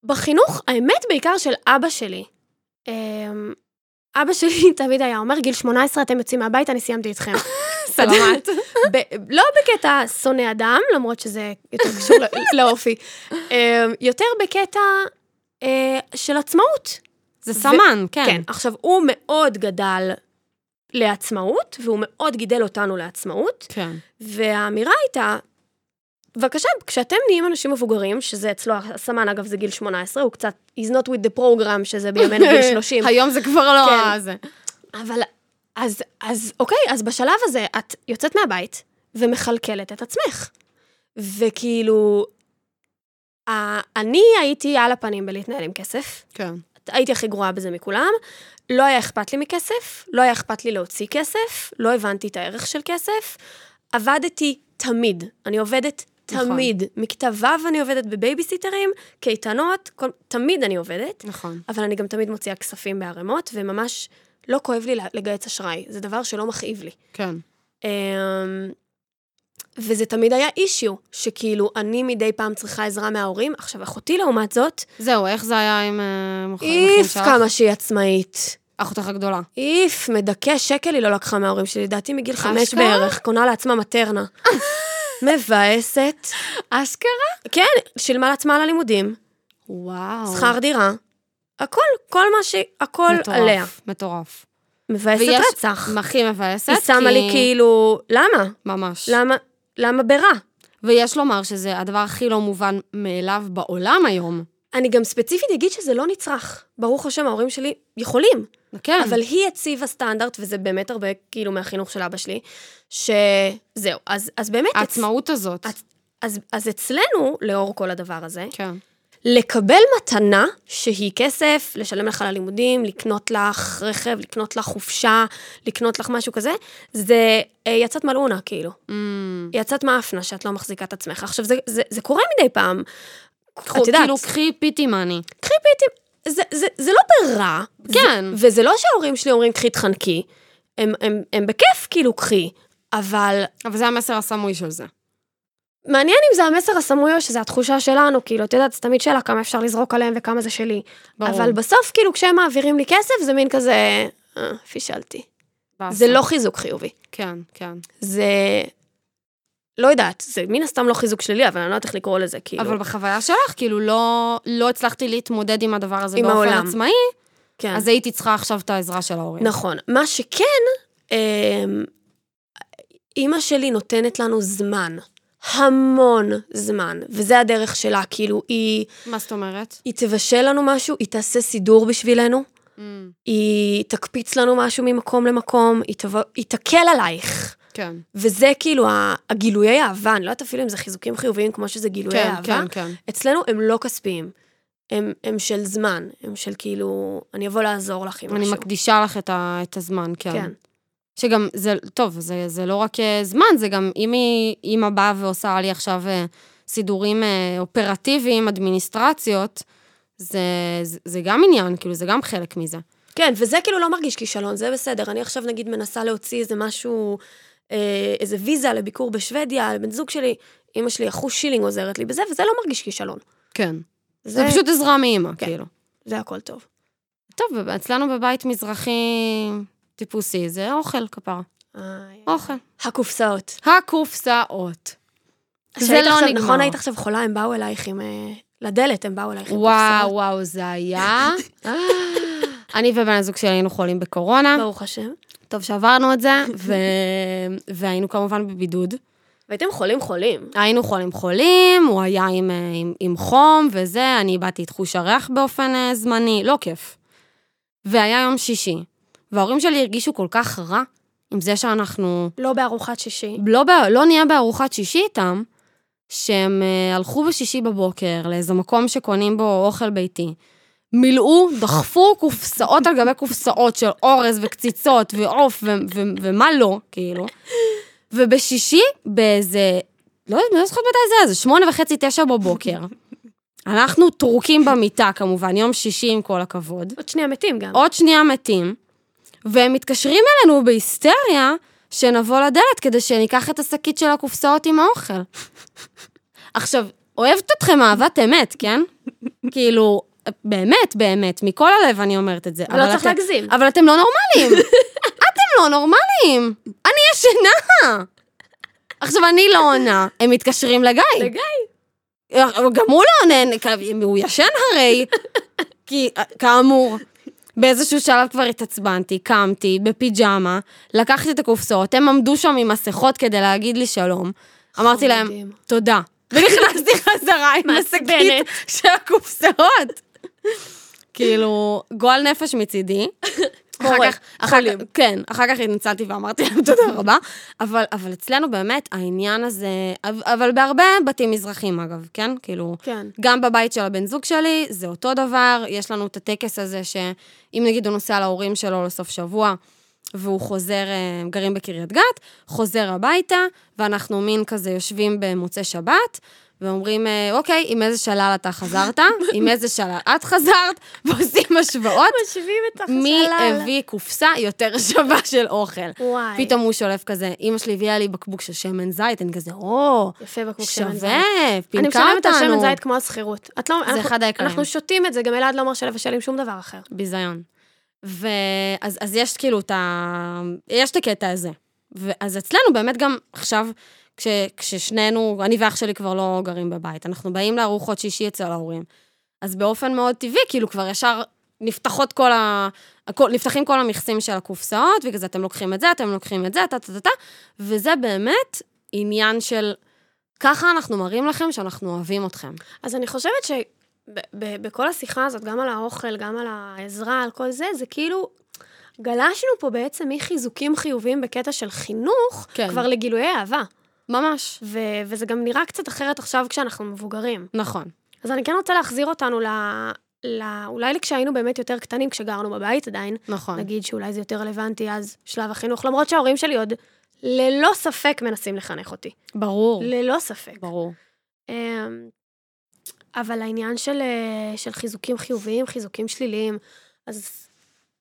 [SPEAKER 1] בחינוך, האמת בעיקר של אבא שלי, אמ, אבא שלי [LAUGHS] תמיד היה אומר, גיל 18 אתם יוצאים מהבית, אני סיימתי
[SPEAKER 2] [LAUGHS]
[SPEAKER 1] איתכם.
[SPEAKER 2] סלמת.
[SPEAKER 1] ב- לא בקטע שונא אדם, למרות שזה יותר קשור
[SPEAKER 2] [LAUGHS]
[SPEAKER 1] לא- לאופי, אמ, יותר בקטע אה, של עצמאות.
[SPEAKER 2] זה סמן, כן.
[SPEAKER 1] כן. עכשיו, הוא מאוד גדל לעצמאות, והוא מאוד גידל אותנו לעצמאות,
[SPEAKER 2] כן.
[SPEAKER 1] והאמירה הייתה, בבקשה, כשאתם נהיים אנשים מבוגרים, שזה אצלו, הסמן אגב זה גיל 18, הוא קצת he's not with the program, שזה בימינו
[SPEAKER 2] [LAUGHS]
[SPEAKER 1] גיל 30,
[SPEAKER 2] היום זה כבר לא
[SPEAKER 1] כן.
[SPEAKER 2] הזה.
[SPEAKER 1] אבל אז, אז אוקיי, אז בשלב הזה את יוצאת מהבית ומכלכלת את עצמך. וכאילו, ה- אני הייתי על הפנים בלהתנהל עם כסף,
[SPEAKER 2] כן.
[SPEAKER 1] הייתי הכי גרועה בזה מכולם, לא היה אכפת לי מכסף, לא היה אכפת לי להוציא כסף, לא הבנתי את הערך של כסף, עבדתי תמיד, אני עובדת
[SPEAKER 2] נכון.
[SPEAKER 1] תמיד, מכיתה ו' אני עובדת בבייביסיטרים, קייטנות, כל... תמיד אני עובדת.
[SPEAKER 2] נכון.
[SPEAKER 1] אבל אני גם תמיד מוציאה כספים בערימות, וממש לא כואב לי לגייס אשראי. זה דבר שלא מכאיב לי.
[SPEAKER 2] כן.
[SPEAKER 1] אמ, וזה תמיד היה אישיו, שכאילו, אני מדי פעם צריכה עזרה מההורים. עכשיו, אחותי לעומת זאת,
[SPEAKER 2] זהו, איך זה היה עם אה, מוכר- אחים
[SPEAKER 1] איף
[SPEAKER 2] שלך?
[SPEAKER 1] כמה שהיא עצמאית.
[SPEAKER 2] אחותך הגדולה.
[SPEAKER 1] איף, מדכא שקל היא לא לקחה מההורים שלי, לדעתי מגיל חמש
[SPEAKER 2] אשכרה?
[SPEAKER 1] בערך, קונה לעצמה
[SPEAKER 2] [LAUGHS]
[SPEAKER 1] מטרנה. מבאסת.
[SPEAKER 2] אשכרה?
[SPEAKER 1] כן, שילמה לעצמה על הלימודים,
[SPEAKER 2] וואו.
[SPEAKER 1] שכר דירה, הכל, כל מה ש... הכל
[SPEAKER 2] מטורף,
[SPEAKER 1] עליה.
[SPEAKER 2] מטורף.
[SPEAKER 1] מבאסת
[SPEAKER 2] ויש-
[SPEAKER 1] רצח.
[SPEAKER 2] הכי מבאסת,
[SPEAKER 1] היא שמה
[SPEAKER 2] כי-
[SPEAKER 1] לי כאילו, למה?
[SPEAKER 2] ממש.
[SPEAKER 1] למה? למה ברע?
[SPEAKER 2] ויש לומר שזה הדבר הכי לא מובן מאליו בעולם היום.
[SPEAKER 1] אני גם ספציפית אגיד שזה לא נצרך. ברוך השם, ההורים שלי יכולים,
[SPEAKER 2] כן.
[SPEAKER 1] אבל היא הציבה סטנדרט, וזה באמת הרבה כאילו מהחינוך של אבא שלי, שזהו. אז, אז באמת,
[SPEAKER 2] העצמאות הזאת.
[SPEAKER 1] עצ- אז, אז אצלנו, לאור כל הדבר הזה,
[SPEAKER 2] כן.
[SPEAKER 1] לקבל מתנה שהיא כסף, לשלם לך ללימודים, לקנות לך רכב, לקנות לך חופשה, לקנות לך משהו כזה, זה אה, יצאת מלאונה, כאילו.
[SPEAKER 2] אמ,
[SPEAKER 1] יצאת מאפנה שאת לא מחזיקה את עצמך. עכשיו, זה, זה, זה קורה מדי פעם.
[SPEAKER 2] חו-
[SPEAKER 1] את יודעת,
[SPEAKER 2] כאילו, קחי פיטי מאני.
[SPEAKER 1] קחי פיטים. זה, זה, זה לא ברע.
[SPEAKER 2] כן.
[SPEAKER 1] זה, וזה לא שההורים שלי אומרים, קחי תחנקי. הם, הם, הם בכיף, כאילו, קחי. אבל
[SPEAKER 2] אבל זה המסר הסמוי של זה.
[SPEAKER 1] מעניין אם זה המסר הסמוי או שזה התחושה שלנו, כאילו, את יודעת, זו תמיד שאלה כמה אפשר לזרוק עליהם וכמה זה שלי.
[SPEAKER 2] ברור.
[SPEAKER 1] אבל בסוף, כאילו, כשהם מעבירים לי כסף, זה מין כזה, אה, פישלתי.
[SPEAKER 2] באסה.
[SPEAKER 1] זה לא חיזוק חיובי.
[SPEAKER 2] כן, כן.
[SPEAKER 1] זה... לא יודעת, זה מן הסתם לא חיזוק שלילי, אבל אני לא יודעת איך לקרוא לזה, כאילו.
[SPEAKER 2] אבל בחוויה שלך, כאילו, לא לא הצלחתי להתמודד עם הדבר הזה
[SPEAKER 1] עם
[SPEAKER 2] באופן
[SPEAKER 1] העולם.
[SPEAKER 2] עצמאי,
[SPEAKER 1] כן.
[SPEAKER 2] אז הייתי צריכה עכשיו את העזרה של ההורים.
[SPEAKER 1] נכון. מה שכן, אמ, אימא שלי נותנת לנו זמן. המון זמן, וזה הדרך שלה, כאילו, היא,
[SPEAKER 2] מה זאת אומרת?
[SPEAKER 1] היא תבשל לנו משהו, היא תעשה סידור בשבילנו,
[SPEAKER 2] אמ,
[SPEAKER 1] היא תקפיץ לנו משהו ממקום למקום, היא, תבוא, היא תקל עלייך.
[SPEAKER 2] כן.
[SPEAKER 1] וזה כאילו ה- הגילויי אהבה, אני לא יודעת אפילו אם זה חיזוקים חיוביים כמו שזה גילויי
[SPEAKER 2] כן,
[SPEAKER 1] אהבה.
[SPEAKER 2] כן, כן.
[SPEAKER 1] אצלנו הם לא כספיים, הם, הם של זמן, הם של כאילו, אני אבוא לעזור לך עם
[SPEAKER 2] אני
[SPEAKER 1] משהו.
[SPEAKER 2] מקדישה לך את, ה, את הזמן, כן.
[SPEAKER 1] כן.
[SPEAKER 2] כן. שגם, זה, טוב, זה, זה לא רק אה, זמן, זה גם אם היא, אימא באה ועושה לי עכשיו אה, סידורים אה, אופרטיביים, אדמיניסטרציות, זה, זה, זה גם עניין, כאילו, זה גם חלק מזה.
[SPEAKER 1] כן, וזה כאילו לא מרגיש כישלון, זה בסדר. אני עכשיו נגיד מנסה להוציא איזה משהו, אה, איזה ויזה לביקור בשוודיה, לבן זוג שלי, אימא שלי, אחוז שילינג עוזרת לי בזה, וזה לא מרגיש כישלון.
[SPEAKER 2] כן.
[SPEAKER 1] זה,
[SPEAKER 2] זה, זה פשוט עזרה מאימא,
[SPEAKER 1] כן.
[SPEAKER 2] כן. כאילו.
[SPEAKER 1] זה הכל טוב.
[SPEAKER 2] טוב, וב- אצלנו בבית מזרחי טיפוסי, זה אוכל כפרה.
[SPEAKER 1] איי.
[SPEAKER 2] אוכל.
[SPEAKER 1] הקופסאות.
[SPEAKER 2] הקופסאות. זה
[SPEAKER 1] שהיית
[SPEAKER 2] לא
[SPEAKER 1] עכשיו-
[SPEAKER 2] נגמר.
[SPEAKER 1] נכון, היית עכשיו חולה, הם באו אלייך עם... אה, לדלת, הם באו אלייך עם
[SPEAKER 2] וואו, וואו, זה
[SPEAKER 1] [LAUGHS]
[SPEAKER 2] היה... אה. אני ובן הזוג שלי היינו חולים בקורונה.
[SPEAKER 1] ברוך השם.
[SPEAKER 2] טוב שעברנו
[SPEAKER 1] [LAUGHS]
[SPEAKER 2] את זה, ו... והיינו כמובן בבידוד.
[SPEAKER 1] והייתם חולים חולים.
[SPEAKER 2] היינו חולים חולים, הוא היה עם, אה, עם, עם חום וזה, אני איבדתי את חוש הריח באופן אה, זמני, לא כיף. והיה יום שישי, וההורים שלי הרגישו כל כך רע עם זה שאנחנו
[SPEAKER 1] לא בארוחת שישי.
[SPEAKER 2] לא, בא- לא נהיה בארוחת שישי איתם, שהם אה, הלכו בשישי בבוקר לאיזה מקום שקונים בו אוכל ביתי. מילאו, דחפו קופסאות על גבי קופסאות של אורז וקציצות ועוף ו- ו- ומה לא, כאילו. ובשישי, באיזה, לא יודעת, לא זוכרת מתי זה היה, זה שמונה וחצי, תשע בבוקר. אנחנו טרוקים במיטה, כמובן, יום שישי עם כל הכבוד.
[SPEAKER 1] עוד שנייה מתים גם.
[SPEAKER 2] עוד שנייה מתים, והם מתקשרים אלינו בהיסטריה שנבוא לדלת כדי שניקח את השקית של הקופסאות עם האוכל. [LAUGHS] עכשיו, אוהבת אתכם אהבת אמת, כן? [LAUGHS] כאילו, באמת, באמת, מכל הלב אני אומרת את זה.
[SPEAKER 1] לא
[SPEAKER 2] אבל
[SPEAKER 1] צריך
[SPEAKER 2] אתם-
[SPEAKER 1] להגזים.
[SPEAKER 2] אבל אתם לא נורמלים. [LAUGHS] אתם לא נורמלים. אני ישנה. עכשיו, אני לא עונה, הם מתקשרים לגיא.
[SPEAKER 1] לגיא.
[SPEAKER 2] גם הוא לא עונה, הוא ישן הרי, כי אה, כאמור. באיזשהו שלב כבר התעצבנתי, קמתי, בפיג'מה, לקחתי את הקופסאות, הם עמדו שם עם מסכות כדי להגיד לי שלום. אמרתי להם,
[SPEAKER 1] חמודים.
[SPEAKER 2] תודה. ונכנסתי חזרה עם
[SPEAKER 1] מעצבנת.
[SPEAKER 2] השקית של הקופסאות. כאילו, גועל נפש מצידי.
[SPEAKER 1] קורה,
[SPEAKER 2] אחר כך, אחר, כך- כן, אחר כך התנצלתי ואמרתי להם תודה רבה, אבל, אבל אצלנו באמת העניין הזה, אבל- אבל בהרבה בתים מזרחים אגב, כן? כאילו,
[SPEAKER 1] כן.
[SPEAKER 2] גם בבית של הבן זוג שלי, זה אותו דבר, יש לנו את הטקס הזה שאם נגיד הוא נוסע להורים שלו לסוף שבוע, והוא חוזר, אה, הם גרים בקריית גת, חוזר הביתה, ואנחנו מין כזה יושבים במוצאי שבת, ואומרים, אה, אוקיי, עם איזה שלל אתה חזרת, עם איזה שלל את חזרת, ועושים השוואות.
[SPEAKER 1] משווים את החשלל.
[SPEAKER 2] מי הביא קופסה יותר [LAUGHS] שווה של אוכל?
[SPEAKER 1] וואי.
[SPEAKER 2] פתאום הוא שולף כזה, אמא שלי הביאה לי בקבוק של שמן זית, אני כזה, או,
[SPEAKER 1] יפה בקבוק שמן זית.
[SPEAKER 2] שווה, פינקה אותנו.
[SPEAKER 1] אני משלמת על שמן זית כמו השכירות. את לא...
[SPEAKER 2] זה
[SPEAKER 1] אנחנו-
[SPEAKER 2] אחד היקרים.
[SPEAKER 1] אנחנו שותים את זה, גם אלעד לא אומר שלא ושלים שום דבר אחר.
[SPEAKER 2] ביזיון. ואז אז יש כאילו את ה... יש את הקטע הזה. ואז אצלנו באמת גם עכשיו, כש, כששנינו, אני ואח שלי כבר לא גרים בבית, אנחנו באים לארוחות שישי אצל ההורים. אז באופן מאוד טבעי, כאילו כבר ישר נפתחות כל ה... הכל, נפתחים כל המכסים של הקופסאות, וכזה אתם לוקחים את זה, אתם לוקחים את זה, טה טה טה טה, וזה באמת עניין של ככה אנחנו מראים לכם שאנחנו אוהבים אתכם.
[SPEAKER 1] אז אני חושבת ש... ב- ב- בכל השיחה הזאת, גם על האוכל, גם על העזרה, על כל זה, זה כאילו, גלשנו פה בעצם מחיזוקים חיוביים בקטע של חינוך,
[SPEAKER 2] כן.
[SPEAKER 1] כבר לגילויי אהבה.
[SPEAKER 2] ממש.
[SPEAKER 1] ו- וזה גם נראה קצת אחרת עכשיו כשאנחנו מבוגרים.
[SPEAKER 2] נכון.
[SPEAKER 1] אז אני כן רוצה להחזיר אותנו ל... ל... אולי לכשהיינו באמת יותר קטנים, כשגרנו בבית עדיין,
[SPEAKER 2] נכון.
[SPEAKER 1] נגיד שאולי זה יותר רלוונטי אז, שלב החינוך, למרות שההורים שלי עוד ללא ספק מנסים לחנך אותי.
[SPEAKER 2] כן. ברור.
[SPEAKER 1] ללא ספק.
[SPEAKER 2] ברור.
[SPEAKER 1] אמ, אבל העניין של, אה, של חיזוקים חיוביים, חיזוקים שליליים, אז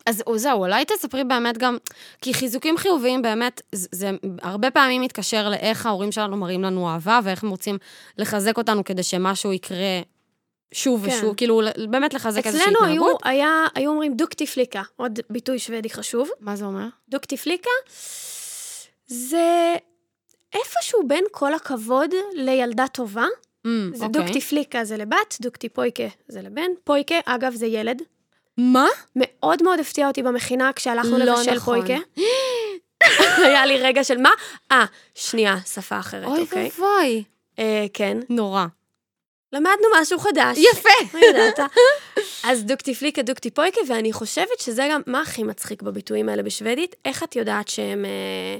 [SPEAKER 2] אז זהו, אולי תספרי באמת גם, כי חיזוקים חיוביים באמת, זה, זה הרבה פעמים מתקשר לאיך ההורים שלנו מראים לנו אהבה, ואיך הם רוצים לחזק אותנו כדי שמשהו יקרה שוב
[SPEAKER 1] כן.
[SPEAKER 2] ושוב, כאילו, ל- באמת לחזק איזושהי
[SPEAKER 1] אצלנו היו,
[SPEAKER 2] התנהגות.
[SPEAKER 1] היה, היו אומרים דוקטי פליקה, עוד ביטוי שוודי חשוב.
[SPEAKER 2] מה זה אומר?
[SPEAKER 1] דוקטי פליקה זה איפשהו בין כל הכבוד לילדה טובה. זה
[SPEAKER 2] אוקיי.
[SPEAKER 1] דוקטי פליקה זה לבת, דוקטי פויקה זה לבן. פויקה, אגב, זה ילד.
[SPEAKER 2] מה?
[SPEAKER 1] מאוד מאוד הפתיע אותי במכינה כשהלכנו
[SPEAKER 2] לא
[SPEAKER 1] לבשל
[SPEAKER 2] נכון.
[SPEAKER 1] פויקה. [LAUGHS] היה לי רגע של מה? אה, שנייה, שפה אחרת,
[SPEAKER 2] אוי
[SPEAKER 1] אוקיי?
[SPEAKER 2] ואבוי.
[SPEAKER 1] אה, כן.
[SPEAKER 2] נורא.
[SPEAKER 1] למדנו משהו חדש.
[SPEAKER 2] יפה.
[SPEAKER 1] [LAUGHS] מה ידעת? אז דוקטי פליקה, דוקטי פויקה, ואני חושבת שזה גם, מה הכי מצחיק בביטויים האלה בשוודית? איך את יודעת שהם אה,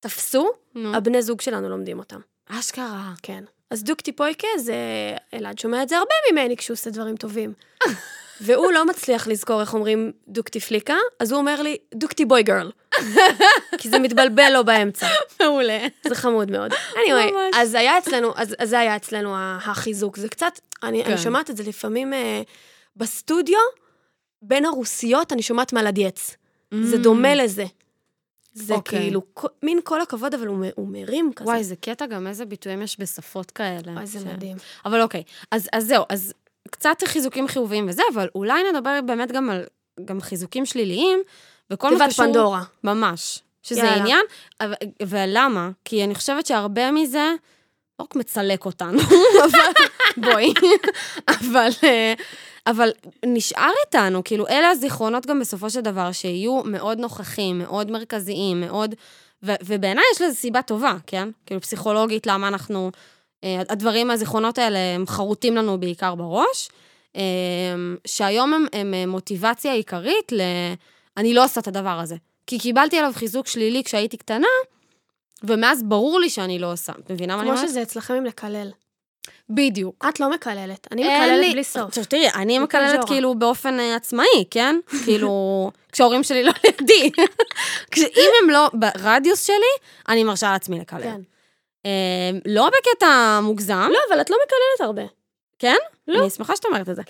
[SPEAKER 1] תפסו?
[SPEAKER 2] נו.
[SPEAKER 1] הבני זוג שלנו לומדים אותם.
[SPEAKER 2] אשכרה.
[SPEAKER 1] Mm-hmm. כן. אז דוקטי פויקה זה, אלעד שומע את זה הרבה ממני כשהוא עושה דברים טובים. [LAUGHS] והוא לא מצליח לזכור איך אומרים דוקטי פליקה, אז הוא אומר לי, דוקטי בוי גרל. [LAUGHS] כי זה מתבלבל לו באמצע.
[SPEAKER 2] מעולה.
[SPEAKER 1] זה חמוד מאוד. anyway,
[SPEAKER 2] ממש.
[SPEAKER 1] אז היה אצלנו, אז, אז זה היה אצלנו ה- החיזוק. זה קצת, אני,
[SPEAKER 2] כן.
[SPEAKER 1] אני שומעת את זה לפעמים אה, בסטודיו, בין הרוסיות אני שומעת מלדיאץ. זה
[SPEAKER 2] Mm.
[SPEAKER 1] דומה לזה. זה
[SPEAKER 2] אוקיי.
[SPEAKER 1] כאילו, כל- מין כל הכבוד, אבל הוא, מ- הוא מרים כזה. כן.
[SPEAKER 2] וואי, זה קטע גם איזה ביטויים יש בשפות כאלה.
[SPEAKER 1] וואי, זה
[SPEAKER 2] ש-
[SPEAKER 1] מדהים.
[SPEAKER 2] אבל אוקיי, אז, אז זהו, אז קצת חיזוקים חיוביים וזה, אבל אולי נדבר באמת גם על גם חיזוקים שליליים, וכל מה
[SPEAKER 1] תיבת
[SPEAKER 2] קשור...
[SPEAKER 1] פנדורה.
[SPEAKER 2] ממש. שזה
[SPEAKER 1] יאללה.
[SPEAKER 2] יאללה. עניין, אבל- ולמה? כי אני חושבת שהרבה מזה לא רק מצלק אותנו, אבל בואי, [LAUGHS] אבל, אה, אבל נשאר איתנו, כאילו, אלה הזיכרונות גם בסופו של דבר, שיהיו מאוד נוכחים, מאוד מרכזיים, מאוד... ו- ובעיניי יש לזה סיבה טובה, כן? כאילו, פסיכולוגית, למה אנחנו... אה, הדברים, הזיכרונות האלה, הם חרוטים לנו בעיקר בראש, אה, שהיום הם, הם אה, מוטיבציה עיקרית ל... אני לא עושה את הדבר הזה. כי קיבלתי עליו חיזוק שלילי כשהייתי קטנה, ומאז ברור לי שאני לא עושה. את מבינה מה אני
[SPEAKER 1] כמו
[SPEAKER 2] אומרת?
[SPEAKER 1] שזה אצלכם עם לקלל.
[SPEAKER 2] בדיוק.
[SPEAKER 1] את לא מקללת, אני
[SPEAKER 2] אין
[SPEAKER 1] מקללת
[SPEAKER 2] לי-
[SPEAKER 1] בלי סוף.
[SPEAKER 2] עכשיו תראי, אני
[SPEAKER 1] זה
[SPEAKER 2] מקללת
[SPEAKER 1] פנג'ורה.
[SPEAKER 2] כאילו באופן אה, עצמאי, כן? [LAUGHS] כאילו, כשההורים שלי לא לידי. [LAUGHS] אם הם לא ברדיוס שלי, אני מרשה לעצמי לקלל.
[SPEAKER 1] כן.
[SPEAKER 2] אה, לא בקטע מוגזם.
[SPEAKER 1] לא, אבל את לא מקללת הרבה. לא.
[SPEAKER 2] אני שמחה שאת אומרת את זה.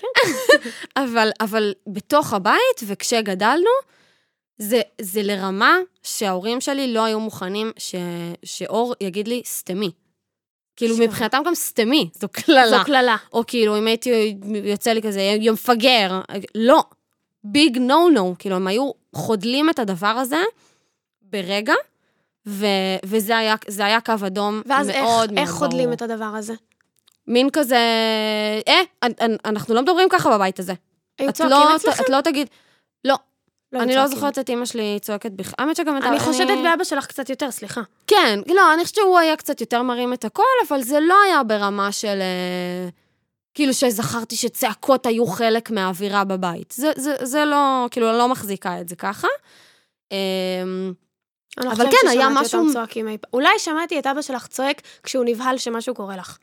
[SPEAKER 2] [LAUGHS] אבל, אבל בתוך הבית, וכשגדלנו, זה, זה לרמה שההורים שלי לא היו מוכנים ש, שאור יגיד לי, סתמי. כאילו,
[SPEAKER 1] שוב.
[SPEAKER 2] מבחינתם גם סתמי, זו קללה.
[SPEAKER 1] זו קללה.
[SPEAKER 2] או כאילו, אם הייתי, יוצא לי כזה, יא מפגר. לא. ביג נו נו. כאילו, הם היו חודלים את הדבר הזה ברגע, ו, וזה היה, זה היה קו אדום
[SPEAKER 1] ואז
[SPEAKER 2] מאוד
[SPEAKER 1] איך,
[SPEAKER 2] מאוד
[SPEAKER 1] איך חודלים
[SPEAKER 2] ברור.
[SPEAKER 1] את הדבר הזה?
[SPEAKER 2] מין כזה, אה, אנ- אנ- אנחנו לא מדברים ככה בבית הזה.
[SPEAKER 1] היו
[SPEAKER 2] את
[SPEAKER 1] צועקים
[SPEAKER 2] לא,
[SPEAKER 1] אצלכם?
[SPEAKER 2] את לא תגיד,
[SPEAKER 1] לא.
[SPEAKER 2] אני לא
[SPEAKER 1] צועקים.
[SPEAKER 2] זוכרת את אימא שלי צועקת בכלל. האמת שגם אתה...
[SPEAKER 1] אני חושדת באבא שלך קצת יותר, סליחה.
[SPEAKER 2] כן, לא, אני חושבת שהוא היה קצת יותר מרים את הקול, אבל זה לא היה ברמה של... אה, כאילו שזכרתי שצעקות היו חלק מהאווירה בבית. זה, זה, זה לא, כאילו, אני לא מחזיקה את זה ככה. אמ,
[SPEAKER 1] אני לא
[SPEAKER 2] אבל
[SPEAKER 1] חושבת
[SPEAKER 2] כן, היה
[SPEAKER 1] ששמעתי
[SPEAKER 2] משהו-
[SPEAKER 1] אותם צועקים אי פעם. אולי שמעתי את אבא שלך צועק כשהוא נבהל שמשהו קורה לך.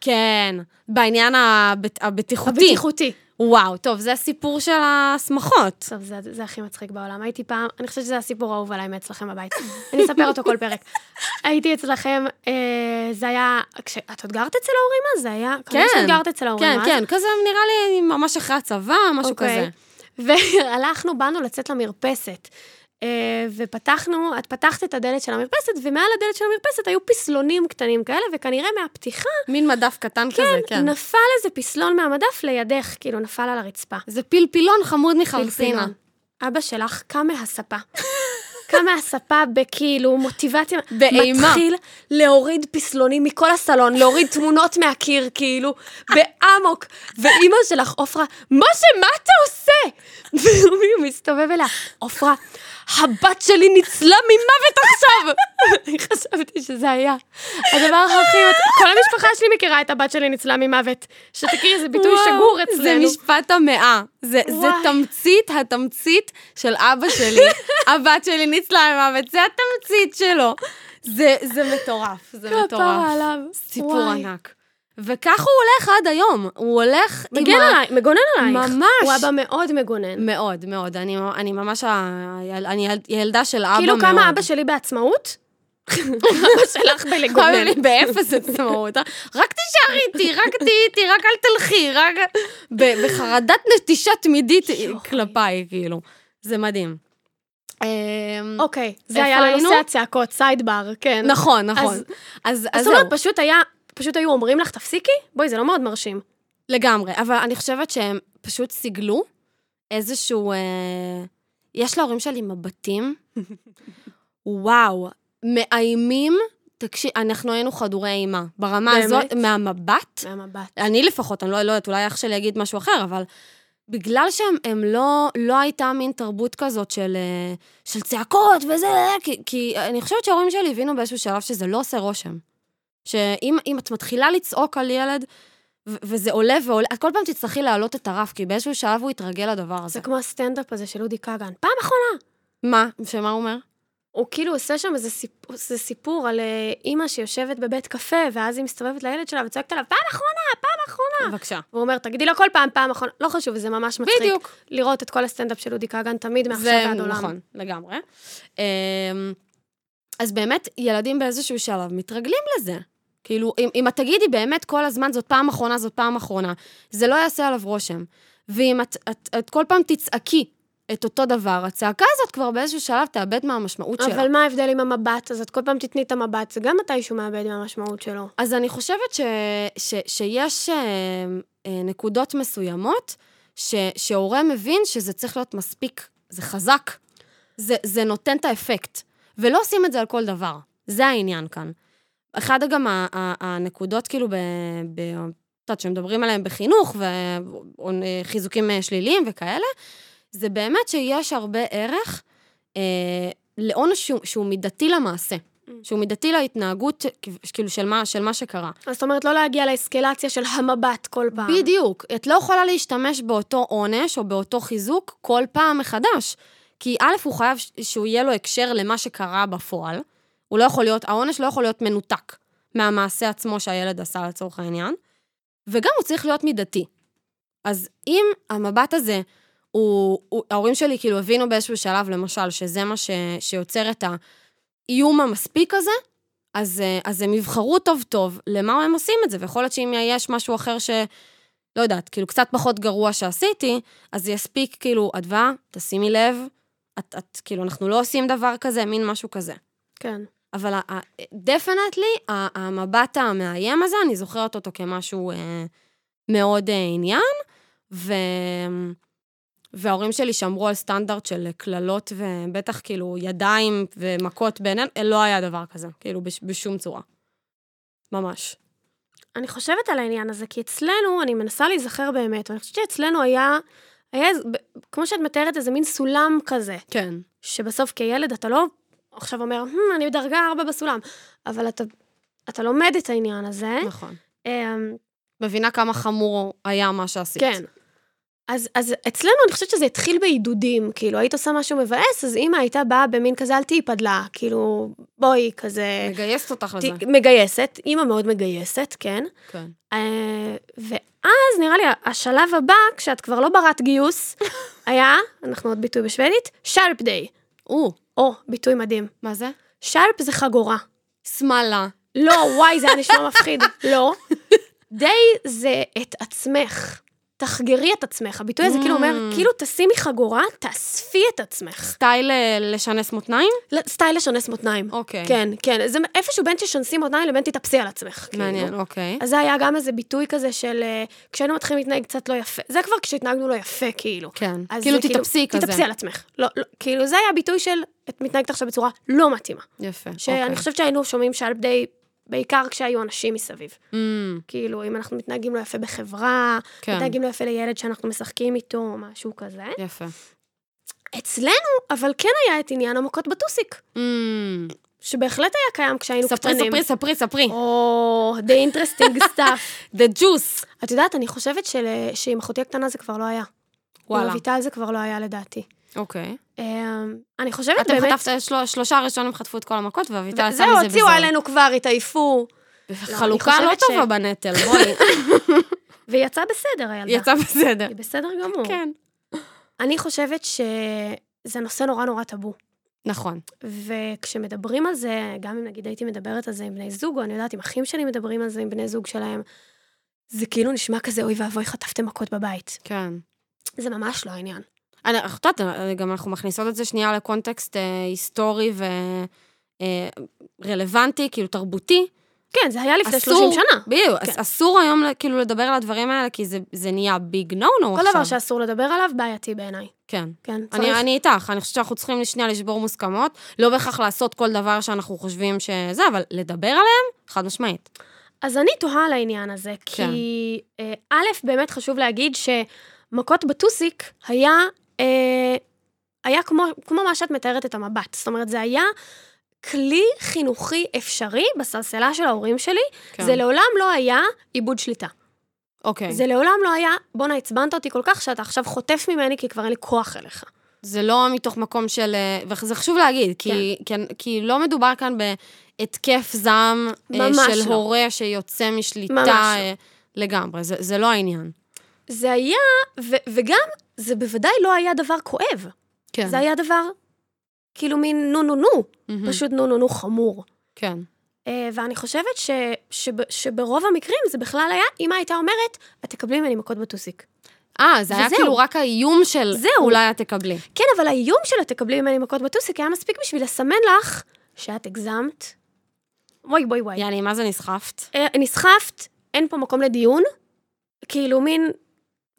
[SPEAKER 2] כן, בעניין הבט, הבטיחותי.
[SPEAKER 1] הבטיחותי.
[SPEAKER 2] וואו, טוב, זה הסיפור של השמחות.
[SPEAKER 1] טוב, זה, זה הכי מצחיק בעולם. הייתי פעם, אני חושבת שזה הסיפור האהוב עליי מאצלכם בבית. אני אספר אותו כל
[SPEAKER 2] [LAUGHS]
[SPEAKER 1] פרק. הייתי אצלכם, אה, זה היה, כש, את עוד גרת אצל ההורים אז? זה היה, כנראה
[SPEAKER 2] כן.
[SPEAKER 1] שאת גרת אצל ההורים
[SPEAKER 2] כן,
[SPEAKER 1] אז.
[SPEAKER 2] כן, כזה נראה לי ממש אחרי הצבא, משהו
[SPEAKER 1] אוקיי.
[SPEAKER 2] כזה.
[SPEAKER 1] והלכנו, באנו לצאת למרפסת. אה, ופתחנו, את פתחת את הדלת של המרפסת, ומעל הדלת של המרפסת היו פסלונים קטנים כאלה, וכנראה מהפתיחה
[SPEAKER 2] מין מדף קטן כזה, כן.
[SPEAKER 1] נפל איזה פסלון מהמדף לידך, כאילו נפל על הרצפה.
[SPEAKER 2] זה פלפילון חמוד מחרסינה.
[SPEAKER 1] פלפילון. אבא שלך קם מהספה. [LAUGHS] קם מהספה בכאילו מוטיבציה.
[SPEAKER 2] באימה.
[SPEAKER 1] מתחיל להוריד פסלונים מכל הסלון, להוריד תמונות מהקיר, כאילו, באמוק. ואימא שלך, עופרה, משה, מה אתה עושה? [LAUGHS] והוא מסתובב אליה, עופרה, הבת שלי ניצלה ממוות עכשיו! [LAUGHS] אני חשבתי שזה היה הדבר הכי... כל המשפחה שלי מכירה את הבת שלי ניצלה ממוות. שתכירי, זה ביטוי
[SPEAKER 2] וואו,
[SPEAKER 1] שגור אצלנו.
[SPEAKER 2] זה משפט המאה. זה, זה
[SPEAKER 1] וואי.
[SPEAKER 2] תמצית התמצית של אבא
[SPEAKER 1] [LAUGHS]
[SPEAKER 2] שלי. הבת שלי ניצלה ממוות, זה התמצית שלו. זה, זה מטורף, זה
[SPEAKER 1] כפרה
[SPEAKER 2] מטורף.
[SPEAKER 1] עליו.
[SPEAKER 2] סיפור
[SPEAKER 1] וואי.
[SPEAKER 2] ענק. וכך הוא הולך עד היום. הוא הולך עם
[SPEAKER 1] מגן
[SPEAKER 2] ה-
[SPEAKER 1] עליי, מגונן עלייך.
[SPEAKER 2] ממש.
[SPEAKER 1] הוא אבא מאוד מגונן.
[SPEAKER 2] מאוד, מאוד. אני, אני ממש ה... אני יל- ילדה של אבא
[SPEAKER 1] כאילו
[SPEAKER 2] מאוד.
[SPEAKER 1] כמה אבא שלי
[SPEAKER 2] [LAUGHS]
[SPEAKER 1] בעצמאות? אבא שלך
[SPEAKER 2] כואב
[SPEAKER 1] בלגונן.
[SPEAKER 2] לי באפס עצמאות, אה? רק תישאר איתי, רק תהיי איתי, רק אל תלכי, רק... ב- בחרדת נטישה תמידית
[SPEAKER 1] יואי.
[SPEAKER 2] כלפיי, כאילו. זה מדהים. אמ,
[SPEAKER 1] אוקיי, זה
[SPEAKER 2] איפה
[SPEAKER 1] היה לנושא
[SPEAKER 2] היינו?
[SPEAKER 1] הצעקות, סיידבר, כן.
[SPEAKER 2] נכון, נכון.
[SPEAKER 1] אז-
[SPEAKER 2] אז
[SPEAKER 1] אז זאת
[SPEAKER 2] אז זהו,
[SPEAKER 1] אומרת, פשוט היה, פשוט היו אומרים לך, תפסיקי? בואי, זה לא מאוד מרשים.
[SPEAKER 2] לגמרי. אבל אני חושבת שהם פשוט סיגלו איזשהו... אה, יש להורים שלי
[SPEAKER 1] [LAUGHS]
[SPEAKER 2] מבטים. וואו, מאיימים. תקשיב, אנחנו היינו חדורי אימה. ברמה
[SPEAKER 1] באמת?
[SPEAKER 2] הזאת, מהמבט.
[SPEAKER 1] מהמבט.
[SPEAKER 2] אני לפחות, אני לא, לא יודעת, אולי אח שלי יגיד משהו אחר, אבל בגלל שהם הם לא, לא הייתה מין תרבות כזאת של, אה, של צעקות וזה, אה, כי, כי אני חושבת שההורים שלי הבינו באיזשהו שלב שזה לא עושה רושם. שאם אם את מתחילה לצעוק על ילד, ו- וזה עולה ועולה, את כל פעם תצטרכי להעלות את הרף, כי באיזשהו שלב הוא יתרגל לדבר הזה.
[SPEAKER 1] זה כמו הסטנדאפ הזה של אודי כגן. פעם אחרונה.
[SPEAKER 2] מה? שמה הוא אומר?
[SPEAKER 1] הוא כאילו עושה שם איזה סיפור, איזה סיפור על אה, אימא שיושבת בבית קפה, ואז היא מסתובבת לילד שלה וצועקת עליו, פעם אחרונה, פעם אחרונה.
[SPEAKER 2] בבקשה.
[SPEAKER 1] והוא אומר, תגידי לו כל פעם, פעם אחרונה. לא חשוב, זה ממש מצחיק.
[SPEAKER 2] בדיוק.
[SPEAKER 1] לראות את כל הסטנדאפ של אודי כגן תמיד מעכשיו
[SPEAKER 2] זה
[SPEAKER 1] ועד עולם.
[SPEAKER 2] נכון, לגמרי. אמ, אז באמת, ילדים באיזשהו שלב מתרגלים לזה. כאילו, אם, אם את תגידי באמת כל הזמן, זאת פעם אחרונה, זאת פעם אחרונה, זה לא יעשה עליו רושם. ואם את, את, את כל פעם תצעקי את אותו דבר, הצעקה הזאת כבר באיזשהו שלב תאבד מהמשמעות שלה.
[SPEAKER 1] אבל מה ההבדל עם המבט? אז את כל פעם תתני את המבט, זה גם מתישהו מאבד מהמשמעות שלו.
[SPEAKER 2] אז אני חושבת ש, ש, שיש אה, אה, נקודות מסוימות ש, שהורה מבין שזה צריך להיות מספיק, זה חזק, זה, זה נותן את האפקט. ולא עושים את זה על כל דבר, זה העניין כאן. אחד גם ה- ה- הנקודות כאילו, ב- ב- את יודעת, שמדברים עליהם בחינוך וחיזוקים אה, שליליים וכאלה, זה באמת שיש הרבה ערך אה, לעונש שהוא, שהוא מידתי למעשה. שהוא מידתי להתנהגות, כאילו, של מה, של מה שקרה.
[SPEAKER 1] אז זאת אומרת, לא להגיע לאסקלציה של המבט כל פעם.
[SPEAKER 2] בדיוק. את לא יכולה להשתמש באותו עונש או באותו חיזוק כל פעם מחדש. כי א', הוא חייב ש- שהוא יהיה לו הקשר למה שקרה בפועל. הוא לא יכול להיות, העונש לא יכול להיות מנותק מהמעשה עצמו שהילד עשה לצורך העניין. וגם הוא צריך להיות מידתי. אז אם המבט הזה, הוא, הוא, ההורים שלי כאילו הבינו באיזשהו שלב, למשל, שזה מה ש, שיוצר את האיום המספיק הזה, אז, אה, אז הם יבחרו טוב-טוב למה הם עושים את זה. ויכול להיות שאם יש משהו אחר ש... לא יודעת, כאילו קצת פחות גרוע שעשיתי, אז זה יספיק כאילו, אדווה, תשימי לב, את, את, כאילו, אנחנו לא עושים דבר כזה, מין משהו כזה.
[SPEAKER 1] כן.
[SPEAKER 2] אבל דפנטלי, המבט המאיים הזה, אני זוכרת אותו כמשהו אה, מאוד אה, עניין, ו... וההורים שלי שמרו על סטנדרט של קללות, ובטח כאילו ידיים ומכות בעיניהם, אה, לא היה דבר כזה, כאילו בש, בשום צורה. ממש.
[SPEAKER 1] אני חושבת על העניין הזה, כי אצלנו, אני מנסה להיזכר באמת, ואני חושבת שאצלנו היה, היה, איזה- ב- כמו שאת מתארת, איזה מין סולם כזה,
[SPEAKER 2] כן.
[SPEAKER 1] שבסוף כילד אתה לא עכשיו אומר, "הם, אני בדרגה ארבע בסולם, אבל אתה, אתה לומד את העניין הזה.
[SPEAKER 2] נכון.
[SPEAKER 1] אמ,
[SPEAKER 2] מבינה כמה חמור היה מה שעשית.
[SPEAKER 1] כן. אז, אז אצלנו אני חושבת שזה התחיל בעידודים, כאילו, היית עושה משהו מבאס, אז אימא הייתה באה במין כזה, אל תהיי פדלה, כאילו, בואי, כזה...
[SPEAKER 2] מגייסת אותך לזה.
[SPEAKER 1] ת- מגייסת, אימא מאוד מגייסת, כן.
[SPEAKER 2] כן.
[SPEAKER 1] אה, ואז נראה לי השלב הבא, כשאת כבר לא ברת גיוס, היה, אנחנו עוד ביטוי בשוודית, שרפ דיי.
[SPEAKER 2] או,
[SPEAKER 1] או, ביטוי מדהים.
[SPEAKER 2] מה זה?
[SPEAKER 1] שרפ זה חגורה.
[SPEAKER 2] שמאלה.
[SPEAKER 1] לא, וואי, זה היה נשמע מפחיד. לא. דיי זה את עצמך. תחגרי את עצמך. הביטוי הזה כאילו אומר,
[SPEAKER 2] Mm.
[SPEAKER 1] כאילו תשימי חגורה, תאספי את עצמך.
[SPEAKER 2] סטייל אה, לשנס מותניים?
[SPEAKER 1] לא, סטייל לשנס מותניים.
[SPEAKER 2] אוקיי.
[SPEAKER 1] כן, כן. זה איפשהו בין תשנסי מותניים לבין תתאפסי על עצמך. כאילו.
[SPEAKER 2] מעניין, אוקיי.
[SPEAKER 1] אז זה היה גם איזה ביטוי כזה של אה, כשהיינו מתחילים להתנהג קצת לא יפה. זה כבר כשהתנהגנו לא יפה, כאילו.
[SPEAKER 2] כן.
[SPEAKER 1] אז
[SPEAKER 2] כאילו
[SPEAKER 1] זה
[SPEAKER 2] תתאפסי כזה.
[SPEAKER 1] תתאפסי על עצמך. לא, לא, כאילו, זה היה ביטוי של, את מתנהגת עכשיו בצורה לא מתאימה.
[SPEAKER 2] יפה.
[SPEAKER 1] שאני
[SPEAKER 2] אוקיי.
[SPEAKER 1] חושבת שהיינו שומעים שעל די, בעיקר כשהיו אנשים מסביב.
[SPEAKER 2] אמ,
[SPEAKER 1] כאילו, אם אנחנו מתנהגים לא יפה בחברה,
[SPEAKER 2] כן.
[SPEAKER 1] מתנהגים לא יפה לילד שאנחנו משחקים איתו, או משהו כזה.
[SPEAKER 2] יפה.
[SPEAKER 1] אצלנו, אבל כן היה את עניין המכות בטוסיק,
[SPEAKER 2] אמ,
[SPEAKER 1] שבהחלט היה קיים כשהיינו
[SPEAKER 2] ספרי,
[SPEAKER 1] כאילו קטנים.
[SPEAKER 2] ספרי, ספרי, ספרי.
[SPEAKER 1] או, the interesting stuff. [LAUGHS]
[SPEAKER 2] The juice.
[SPEAKER 1] את יודעת, אני חושבת של, שעם אחותי הקטנה זה כבר לא היה. עם
[SPEAKER 2] וואלה.
[SPEAKER 1] אביטל זה כבר לא היה לדעתי.
[SPEAKER 2] אוקיי.
[SPEAKER 1] אמ, אני חושבת
[SPEAKER 2] אתם
[SPEAKER 1] באמת...
[SPEAKER 2] חטפת, שלו- שלושה ראשונים חטפו את כל המכות, ואביטל עשה
[SPEAKER 1] זהו,
[SPEAKER 2] מזה
[SPEAKER 1] הוציאו
[SPEAKER 2] בזול.
[SPEAKER 1] עלינו כבר, התעייפו,
[SPEAKER 2] חלוקה
[SPEAKER 1] אני
[SPEAKER 2] לא
[SPEAKER 1] חושבת
[SPEAKER 2] טובה
[SPEAKER 1] ש-
[SPEAKER 2] בנטל,
[SPEAKER 1] [LAUGHS]
[SPEAKER 2] בואי.
[SPEAKER 1] והיא יצאה בסדר, הילדה.
[SPEAKER 2] יצא בסדר.
[SPEAKER 1] [LAUGHS] היא בסדר גמור.
[SPEAKER 2] כן.
[SPEAKER 1] אני חושבת שזה נושא נורא נורא טאבו.
[SPEAKER 2] נכון.
[SPEAKER 1] וכשמדברים על זה, גם אם נגיד הייתי מדברת על זה עם בני זוג, או אני יודעת, אם אחים שלי מדברים על זה עם בני זוג שלהם, זה כאילו נשמע כזה, אוי ואבוי, חטפתם מכות בבית.
[SPEAKER 2] כן.
[SPEAKER 1] זה ממש לא העניין.
[SPEAKER 2] אני, את יודעת, אה, גם אנחנו מכניסות את זה שנייה לקונטקסט אה, היסטורי ורלוונטי, כאילו תרבותי.
[SPEAKER 1] כן, זה היה לפני 30
[SPEAKER 2] אסור-
[SPEAKER 1] שנה.
[SPEAKER 2] בדיוק,
[SPEAKER 1] כן.
[SPEAKER 2] אז אסור היום ל- כאילו לדבר על הדברים האלה, כי זה, זה נהיה ביג נו נו
[SPEAKER 1] כל
[SPEAKER 2] עכשיו.
[SPEAKER 1] דבר שאסור לדבר עליו, בעייתי בעיניי.
[SPEAKER 2] כן.
[SPEAKER 1] כן, צריך...
[SPEAKER 2] אני, אני איתך, אני חושבת שאנחנו צריכים שנייה לשבור מוסכמות, לא בהכרח לעשות כל דבר שאנחנו חושבים שזה, אבל לדבר עליהם, חד משמעית.
[SPEAKER 1] אז אני תוהה על העניין הזה, כי
[SPEAKER 2] כן.
[SPEAKER 1] אה, א', באמת חשוב להגיד שמכות בטוסיק היה, אה, היה כמו, כמו מה שאת מתארת את המבט. זאת אומרת, זה היה כלי חינוכי אפשרי בסלסלה של ההורים שלי.
[SPEAKER 2] כן.
[SPEAKER 1] זה לעולם לא היה עיבוד שליטה.
[SPEAKER 2] אוקיי. זה...
[SPEAKER 1] זה לעולם לא היה, בואנה, עצבנת אותי כל כך שאתה עכשיו חוטף ממני כי כבר אין לי כוח אליך.
[SPEAKER 2] זה לא מתוך מקום של... אה, וזה חשוב להגיד, כי, כי,
[SPEAKER 1] כן.
[SPEAKER 2] כי לא מדובר כאן בהתקף זעם אה,
[SPEAKER 1] ממש
[SPEAKER 2] של
[SPEAKER 1] לא.
[SPEAKER 2] הורה שיוצא משליטה
[SPEAKER 1] ממש לא.
[SPEAKER 2] אה, לגמרי, זה, זה לא העניין.
[SPEAKER 1] זה היה, ו- וגם, זה בוודאי לא היה דבר כואב.
[SPEAKER 2] כן. Mm.
[SPEAKER 1] זה היה דבר, כאילו מין נו נו נו.
[SPEAKER 2] מהמם.
[SPEAKER 1] פשוט נו נו נו חמור.
[SPEAKER 2] כן.
[SPEAKER 1] אה, ואני חושבת ש, שב, שברוב המקרים זה בכלל היה, אמא הייתה אומרת, את תקבלי ממני מכות בטוסיק.
[SPEAKER 2] אה, זה היה
[SPEAKER 1] וזהו.
[SPEAKER 2] כאילו רק האיום של
[SPEAKER 1] זהו.
[SPEAKER 2] אולי את תקבלי.
[SPEAKER 1] כן, אבל האיום שלה תקבלי ממני מכות בטוסיק היה מספיק בשביל לסמן לך שאת הגזמת. וואי וואי וואי.
[SPEAKER 2] יעני, מה זה נסחפת?
[SPEAKER 1] אה, נסחפת, אין פה מקום לדיון, כאילו מין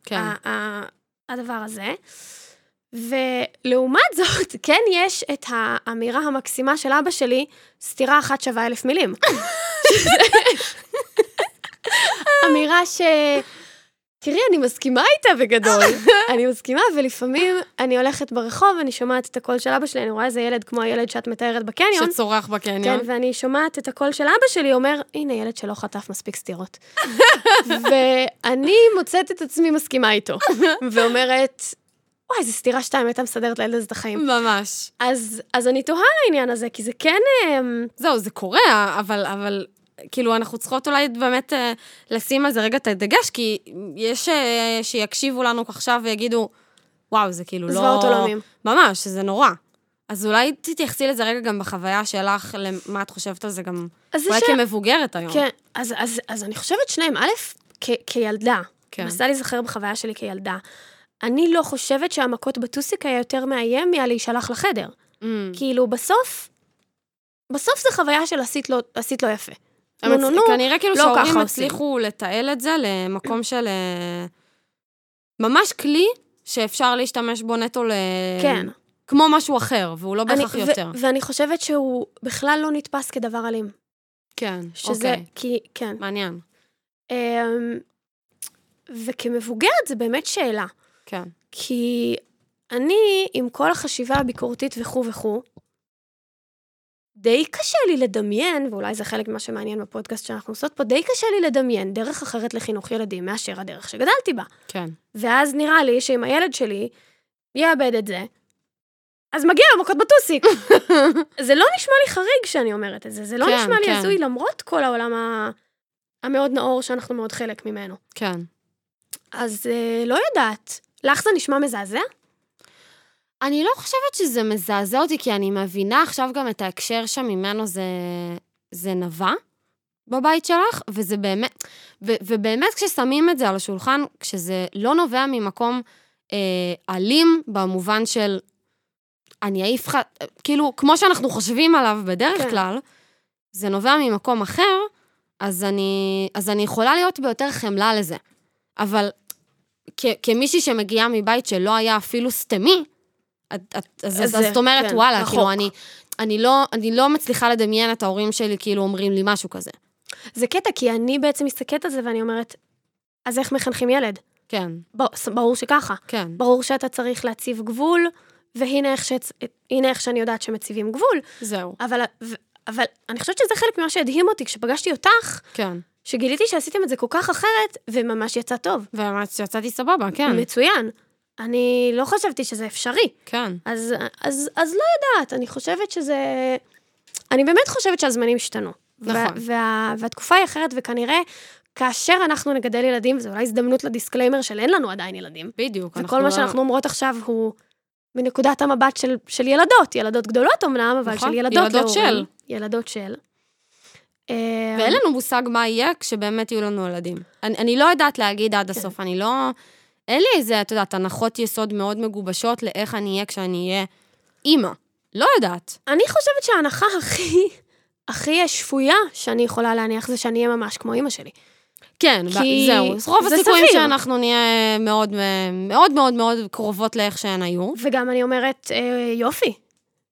[SPEAKER 2] כן.
[SPEAKER 1] ה- ה- הדבר הזה. ולעומת זאת, [LAUGHS] כן יש את האמירה המקסימה של אבא שלי, סתירה אחת שווה אלף מילים. אמירה ש... תראי, אני מסכימה איתה בגדול. אני מסכימה, ולפעמים אני הולכת ברחוב, אני שומעת את הקול של אבא שלי, אני רואה איזה ילד כמו הילד שאת מתארת בקניון.
[SPEAKER 2] שצורח
[SPEAKER 1] כן,
[SPEAKER 2] בקניון.
[SPEAKER 1] ואני שומעת את הקול של אבא שלי אומר, הנה ילד שלא חטף מספיק סטירות. [LAUGHS] ואני מוצאת את עצמי מסכימה איתו, [LAUGHS] ואומרת, וואי, איזה סטירה שתיים הייתה מסדרת לילד הזה את החיים.
[SPEAKER 2] ממש.
[SPEAKER 1] אז, אז אני תוהה על העניין הזה, כי זה כן... אמ,
[SPEAKER 2] זהו, זה קורה, אבל, אבל כאילו, אנחנו צריכות אולי באמת אה, לשים על זה רגע את הדגש, כי יש אה, שיקשיבו לנו עכשיו ויגידו, וואו, זה כאילו לא...
[SPEAKER 1] זוועות עולמים."
[SPEAKER 2] ממש, זה נורא. אז אולי תתייחסי לזה רגע גם בחוויה שלך, למה את חושבת על זה גם,
[SPEAKER 1] אז זה
[SPEAKER 2] אולי
[SPEAKER 1] ש...
[SPEAKER 2] כמבוגרת היום.
[SPEAKER 1] כן, אז, אז, אז אני חושבת שניהם. א', כ, כילדה,
[SPEAKER 2] כן.
[SPEAKER 1] כן. מנסה להיזכר בחוויה שלי כילדה. אני לא חושבת שהמכות בטוסיק היה יותר מאיים מהלהישלח לחדר.
[SPEAKER 2] Mm.
[SPEAKER 1] כאילו, בסוף, בסוף זו חוויה של עשית לא, עשית לא יפה.
[SPEAKER 2] הם
[SPEAKER 1] נו, נו,
[SPEAKER 2] הצ-
[SPEAKER 1] נו,
[SPEAKER 2] כנראה כאילו
[SPEAKER 1] לא
[SPEAKER 2] שההורים
[SPEAKER 1] ככה עושים.
[SPEAKER 2] הצליחו לתעל את זה למקום של... אה, ממש כלי שאפשר להשתמש בו נטו ל...
[SPEAKER 1] כן.
[SPEAKER 2] כמו משהו אחר, והוא לא בהכרח
[SPEAKER 1] אני- ו-
[SPEAKER 2] יותר.
[SPEAKER 1] ואני חושבת שהוא בכלל לא נתפס כדבר אלים.
[SPEAKER 2] כן,
[SPEAKER 1] שזה, כי, כן.
[SPEAKER 2] מעניין,
[SPEAKER 1] אמ, וכמבוגרת זה באמת שאלה.
[SPEAKER 2] כן.
[SPEAKER 1] כי אני, עם כל החשיבה הביקורתית וכו' וכו', די קשה לי לדמיין, ואולי זה חלק ממה שמעניין בפודקאסט שאנחנו עושות פה, די קשה לי לדמיין דרך אחרת לחינוך ילדים מאשר הדרך שגדלתי בה.
[SPEAKER 2] כן.
[SPEAKER 1] ואז נראה לי שאם הילד שלי יאבד את זה, אז מגיע לו מכות
[SPEAKER 2] [LAUGHS]
[SPEAKER 1] בטוסיק. זה לא נשמע לי חריג שאני אומרת את זה, זה לא
[SPEAKER 2] כן,
[SPEAKER 1] נשמע לי
[SPEAKER 2] כן.
[SPEAKER 1] הזוי למרות כל העולם ה... המאוד נאור שאנחנו מאוד חלק ממנו.
[SPEAKER 2] כן.
[SPEAKER 1] אז אה, לא יודעת. לך זה נשמע מזעזע?
[SPEAKER 2] אני לא חושבת שזה מזעזע אותי, כי אני מבינה עכשיו גם את ההקשר שממנו זה, זה נבע בבית שלך, וזה באמת, ו, ובאמת כששמים את זה על השולחן, כשזה לא נובע ממקום אה, אלים במובן של אני אעיף לך, אה, כאילו, כמו שאנחנו חושבים עליו בדרך
[SPEAKER 1] כן.
[SPEAKER 2] כן. כלל, זה נובע ממקום אחר, אז אני, אז אני יכולה להיות ביותר חמלה לזה. אבל כ, כמישהי שמגיעה מבית שלא היה אפילו סתמי, את- את- אז
[SPEAKER 1] אז
[SPEAKER 2] אז- אז
[SPEAKER 1] זה,
[SPEAKER 2] זאת אומרת,
[SPEAKER 1] כן,
[SPEAKER 2] וואלה,
[SPEAKER 1] רחוק.
[SPEAKER 2] כאילו, אני, אני, לא, אני לא מצליחה לדמיין את ההורים שלי כאילו אומרים לי משהו כזה.
[SPEAKER 1] זה קטע, כי אני בעצם מסתכלת על זה ואני אומרת, אז איך מחנכים ילד?
[SPEAKER 2] כן,
[SPEAKER 1] ב- ברור שככה.
[SPEAKER 2] כן,
[SPEAKER 1] ברור שאתה צריך להציב גבול, והנה איך, שצ... הנה איך שאני יודעת שמציבים גבול.
[SPEAKER 2] זהו,
[SPEAKER 1] אבל, ו... אבל אני חושבת שזה חלק ממה שהדהים אותי כשפגשתי אותך,
[SPEAKER 2] כן.
[SPEAKER 1] שגיליתי שעשיתם את זה כל כך אחרת, וממש יצא טוב.
[SPEAKER 2] וממש יצאתי סבבה, כן,
[SPEAKER 1] מצוין. אני לא חשבתי שזה אפשרי.
[SPEAKER 2] כן,
[SPEAKER 1] אז, אז, אז לא יודעת, אני חושבת שזה... אני באמת חושבת שהזמנים השתנו.
[SPEAKER 2] נכון.
[SPEAKER 1] וה, וה, והתקופה היא אחרת, וכנראה כאשר אנחנו נגדל ילדים, וזו אולי הזדמנות לדיסקליימר של אין לנו עדיין ילדים,
[SPEAKER 2] בדיוק.
[SPEAKER 1] וכל מה
[SPEAKER 2] לא-
[SPEAKER 1] שאנחנו אומרות עכשיו הוא מנקודת המבט של, של ילדות, ילדות גדולות אמנם, אבל
[SPEAKER 2] נכון,
[SPEAKER 1] של ילדות
[SPEAKER 2] ילדות
[SPEAKER 1] להורים.
[SPEAKER 2] של.
[SPEAKER 1] ילדות של. אה,
[SPEAKER 2] ואין לנו מושג מה יהיה כשבאמת יהיו לנו ילדים. אני, אני לא יודעת להגיד
[SPEAKER 1] כן.
[SPEAKER 2] עד הסוף, אני לא... אין לי איזה, את יודעת, הנחות יסוד מאוד מגובשות לאיך אני אהיה כשאני אהיה אימא. לא יודעת.
[SPEAKER 1] אני חושבת שההנחה הכי, הכי שפויה שאני יכולה להניח זה שאני אהיה ממש כמו אימא שלי.
[SPEAKER 2] כן,
[SPEAKER 1] כי
[SPEAKER 2] כי... זהו. אז רוב
[SPEAKER 1] זה
[SPEAKER 2] הסיכויים
[SPEAKER 1] סביר.
[SPEAKER 2] שאנחנו נהיה מאוד מאוד מאוד מאוד קרובות לאיך שהן היו.
[SPEAKER 1] וגם אני אומרת, אה, יופי,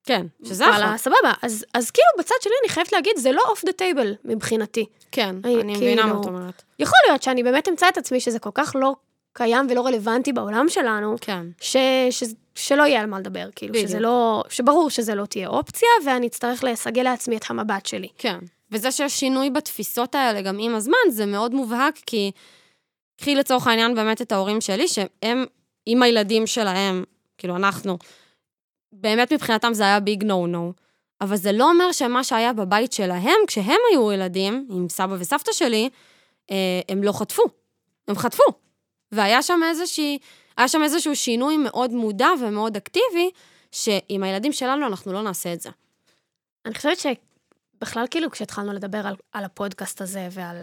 [SPEAKER 2] כן, שזה אחלה.
[SPEAKER 1] וואלה, סבבה. אז, אז כאילו בצד שלי אני חייבת להגיד, זה לא אוף דה טייבל מבחינתי.
[SPEAKER 2] כן,
[SPEAKER 1] אני-
[SPEAKER 2] אני מבינה
[SPEAKER 1] כאילו-
[SPEAKER 2] מה את אומרת.
[SPEAKER 1] יכול להיות שאני באמת אמצא את עצמי שזה כל כך לא קיים ולא רלוונטי בעולם שלנו,
[SPEAKER 2] כן,
[SPEAKER 1] ש, ש, שלא יהיה על מה לדבר, כאילו,
[SPEAKER 2] בדיוק.
[SPEAKER 1] שזה לא, שברור שזה לא תהיה אופציה, ואני אצטרך לסגל לעצמי את המבט שלי.
[SPEAKER 2] כן. וזה שיש שינוי בתפיסות האלה גם עם הזמן, זה מאוד מובהק, כי קחי לצורך העניין באמת את ההורים שלי, שהם עם הילדים שלהם, כאילו אנחנו, באמת מבחינתם זה היה ביג נו נו. אבל זה לא אומר שמה שהיה בבית שלהם, כשהם היו ילדים, עם סבא וסבתא שלי, אה, הם לא חטפו. הם חטפו. והיה שם איזושהי, היה שם איזשהו שינוי מאוד מודע ומאוד אקטיבי, שעם הילדים שלנו אנחנו לא נעשה את זה.
[SPEAKER 1] אני חושבת שבכלל, כאילו, כשהתחלנו לדבר על, על הפודקאסט הזה ועל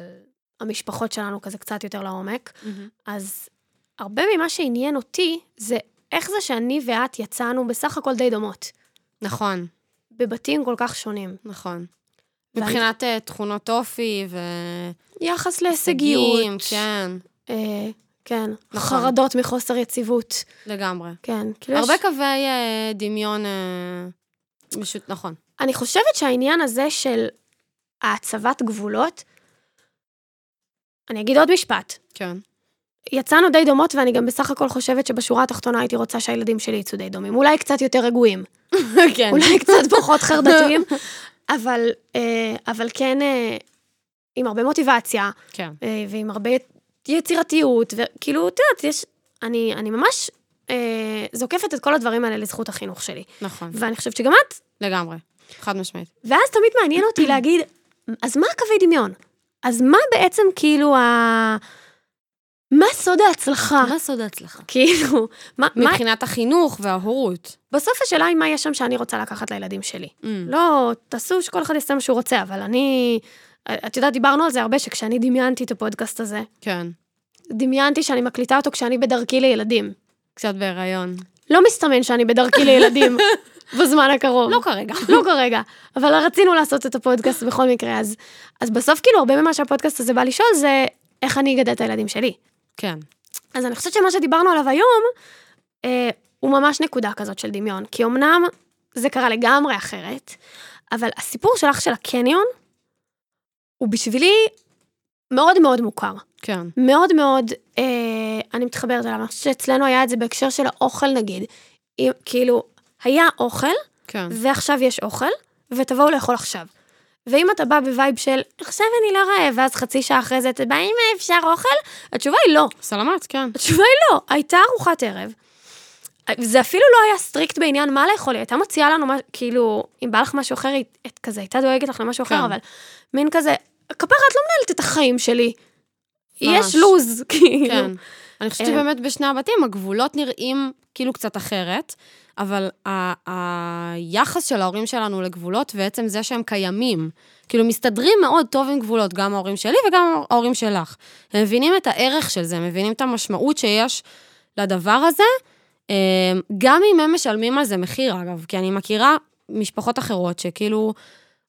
[SPEAKER 1] המשפחות שלנו כזה קצת יותר לעומק, אז הרבה ממה שעניין אותי זה איך זה שאני ואת יצאנו בסך הכל די דומות,
[SPEAKER 2] נכון.
[SPEAKER 1] בבתים כל כך שונים.
[SPEAKER 2] נכון.
[SPEAKER 1] ואני-
[SPEAKER 2] מבחינת אה, תכונות אופי ו...
[SPEAKER 1] יחס להישגיות.
[SPEAKER 2] הישגים, כן,
[SPEAKER 1] אה, כן.
[SPEAKER 2] נכון.
[SPEAKER 1] חרדות מחוסר יציבות.
[SPEAKER 2] לגמרי.
[SPEAKER 1] כן. כאילו
[SPEAKER 2] הרבה
[SPEAKER 1] יש...
[SPEAKER 2] קווי אה, דמיון אה, פשוט, נכון.
[SPEAKER 1] אני חושבת שהעניין הזה של הצבת גבולות, אני אגיד עוד משפט.
[SPEAKER 2] כן.
[SPEAKER 1] יצאנו די דומות, ואני גם בסך הכל חושבת שבשורה התחתונה הייתי רוצה שהילדים שלי יצאו די דומים. אולי קצת יותר רגועים,
[SPEAKER 2] [LAUGHS] כן.
[SPEAKER 1] אולי קצת פחות חרדתיים, אבל, אה, אבל כן אה, עם הרבה מוטיבציה,
[SPEAKER 2] כן.
[SPEAKER 1] אה, ועם הרבה יצירתיות, וכאילו, את יודעת, יש... אני, אני ממש אה, זוקפת את כל הדברים האלה לזכות החינוך שלי.
[SPEAKER 2] נכון,
[SPEAKER 1] ואני חושבת שגם את.
[SPEAKER 2] לגמרי. חד משמעית.
[SPEAKER 1] ואז תמיד מעניין אותי להגיד, אז מה הקווי דמיון? אז מה בעצם כאילו ה... מה סוד ההצלחה?
[SPEAKER 2] מה סוד ההצלחה?
[SPEAKER 1] כאילו, מה, מה,
[SPEAKER 2] מבחינת החינוך וההורות.
[SPEAKER 1] בסוף השאלה היא מה יש שם שאני רוצה לקחת לילדים שלי.
[SPEAKER 2] Mm.
[SPEAKER 1] לא, תעשו שכל אחד יעשה מה שהוא רוצה, אבל אני... את יודעת, דיברנו על זה הרבה, שכשאני דמיינתי את הפודקאסט הזה,
[SPEAKER 2] כן.
[SPEAKER 1] דמיינתי שאני מקליטה אותו כשאני בדרכי לילדים.
[SPEAKER 2] קצת בהיריון.
[SPEAKER 1] לא מסתמן שאני בדרכי לילדים בזמן הקרוב.
[SPEAKER 2] לא כרגע.
[SPEAKER 1] לא כרגע, אבל רצינו לעשות את הפודקאסט בכל מקרה, אז, אז בסוף כאילו הרבה ממה שהפודקאסט הזה בא לשאול זה איך אני אגדל את הילדים שלי.
[SPEAKER 2] כן.
[SPEAKER 1] אז אני חושבת שמה שדיברנו עליו היום, אה, הוא ממש נקודה כזאת של דמיון, כי אמנם זה קרה לגמרי אחרת, אבל הסיפור שלך של הקניון, הוא בשבילי מאוד מאוד מוכר,
[SPEAKER 2] כן.
[SPEAKER 1] מאוד מאוד אה, אני מתחברת אליו. אני חושבת שאצלנו היה את זה בהקשר של האוכל, נגיד. אם, כאילו, היה אוכל,
[SPEAKER 2] כן.
[SPEAKER 1] ועכשיו יש אוכל, ותבואו לאכול עכשיו. ואם אתה בא בווייב של, עכשיו אני לא רעב, ואז חצי שעה אחרי זה, אתה בא, אם אפשר אוכל? התשובה היא לא.
[SPEAKER 2] סלמת, כן.
[SPEAKER 1] התשובה היא לא, הייתה ארוחת ערב. זה אפילו לא היה סטריקט בעניין מה לאכול, היא הייתה מוציאה לנו, מה, כאילו, אם בא לך משהו אחר, היא את כזה, הייתה דואגת לך למשהו
[SPEAKER 2] כן.
[SPEAKER 1] אחר, אבל מין כזה, כפרה, את לא מנהלת את החיים שלי.
[SPEAKER 2] ממש.
[SPEAKER 1] יש לוז, [LAUGHS] כאילו.
[SPEAKER 2] כן. אני חושבת
[SPEAKER 1] אה.
[SPEAKER 2] שבאמת בשני הבתים הגבולות נראים כאילו קצת אחרת, אבל ה- היחס של ההורים שלנו לגבולות ועצם זה שהם קיימים, כאילו מסתדרים מאוד טוב עם גבולות, גם ההורים שלי וגם ההורים שלך. הם מבינים את הערך של זה, הם מבינים את המשמעות שיש לדבר הזה, אה, גם אם הם משלמים על זה מחיר, אגב, כי אני מכירה משפחות אחרות שכאילו...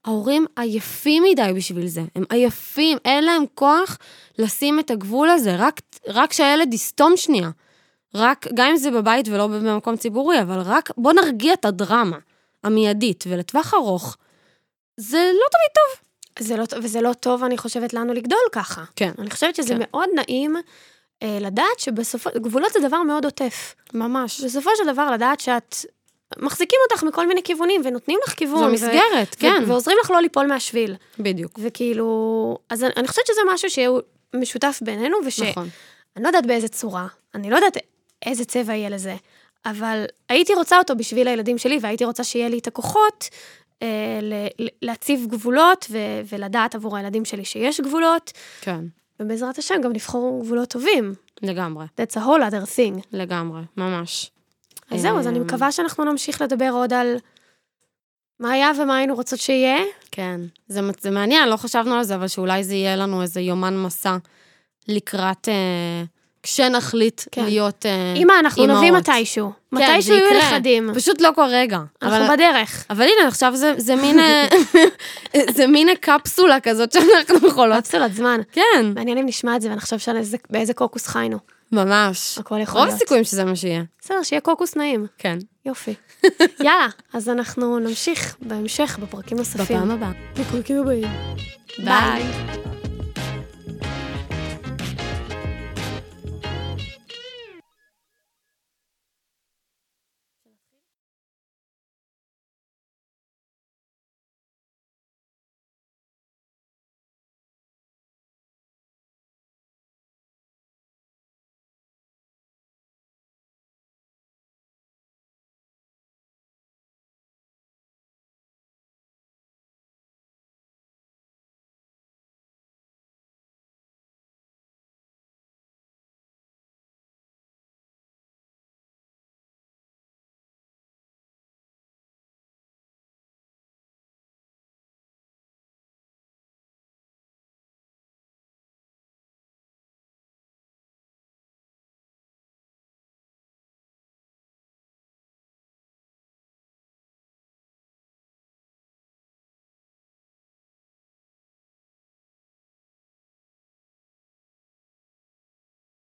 [SPEAKER 2] ההורים עייפים מדי בשביל זה, הם עייפים, אין להם כוח לשים את הגבול הזה, רק, רק שהילד יסתום שנייה. רק, גם אם זה בבית ולא במקום ציבורי, אבל רק בוא נרגיע את הדרמה המיידית, ולטווח ארוך, זה לא תמיד טוב.
[SPEAKER 1] זה לא, טוב- וזה לא טוב, אני חושבת, לנו לגדול ככה.
[SPEAKER 2] כן,
[SPEAKER 1] אני חושבת שזה
[SPEAKER 2] כן.
[SPEAKER 1] מאוד נעים אה, לדעת שבסופו, גבולות זה דבר מאוד עוטף.
[SPEAKER 2] ממש.
[SPEAKER 1] בסופו של דבר, לדעת שאת, מחזיקים אותך מכל מיני כיוונים, ונותנים לך כיוון.
[SPEAKER 2] זו
[SPEAKER 1] ו-
[SPEAKER 2] מסגרת,
[SPEAKER 1] ו-
[SPEAKER 2] כן,
[SPEAKER 1] ועוזרים לך לא ליפול מהשביל.
[SPEAKER 2] בדיוק.
[SPEAKER 1] וכאילו, אז אני, אני חושבת שזה משהו שהוא משותף בינינו, ושאני
[SPEAKER 2] נכון.
[SPEAKER 1] לא יודעת באיזה צורה, אני לא יודעת איזה צבע יהיה לזה, אבל הייתי רוצה אותו בשביל הילדים שלי, והייתי רוצה שיהיה לי את הכוחות אה, ל- ל- להציב גבולות ו- ולדעת עבור הילדים שלי שיש גבולות,
[SPEAKER 2] כן,
[SPEAKER 1] ובעזרת השם גם לבחור גבולות טובים.
[SPEAKER 2] לגמרי,
[SPEAKER 1] That's a whole other thing.
[SPEAKER 2] לגמרי, ממש.
[SPEAKER 1] אז זהו, אז אני
[SPEAKER 2] אמ,
[SPEAKER 1] מקווה שאנחנו נמשיך לדבר עוד על מה היה ומה היינו רוצות שיהיה.
[SPEAKER 2] כן. זה, מצ- זה מעניין, לא חשבנו על זה, אבל שאולי זה יהיה לנו איזה יומן מסע לקראת... אה, כשנחליט
[SPEAKER 1] כן.
[SPEAKER 2] להיות אה,
[SPEAKER 1] אמא, אנחנו נביא
[SPEAKER 2] אימהות.
[SPEAKER 1] מתישהו.
[SPEAKER 2] כן, זה
[SPEAKER 1] מתישהו יהיו
[SPEAKER 2] יקרה.
[SPEAKER 1] נכדים.
[SPEAKER 2] פשוט לא כרגע. אבל,
[SPEAKER 1] אנחנו בדרך.
[SPEAKER 2] אבל הנה, עכשיו זה, זה מין... אה, [LAUGHS] זה מין הקפסולה כזאת שאנחנו יכולות.
[SPEAKER 1] קפסולת זמן.
[SPEAKER 2] כן,
[SPEAKER 1] מעניין אם נשמע את זה ונחשוב שעל איזה- באיזה קוקוס חיינו.
[SPEAKER 2] ממש.
[SPEAKER 1] הכל יכול
[SPEAKER 2] רוב
[SPEAKER 1] להיות.
[SPEAKER 2] הסיכויים שזה מה שיהיה.
[SPEAKER 1] בסדר, שיהיה קוקוס נעים.
[SPEAKER 2] כן. [LAUGHS]
[SPEAKER 1] יופי. יאללה, אז אנחנו נמשיך בהמשך בפרקים נוספים.
[SPEAKER 2] בפעם הבאה.
[SPEAKER 1] בפרקים הבאים.
[SPEAKER 2] ביי.
[SPEAKER 1] ביי.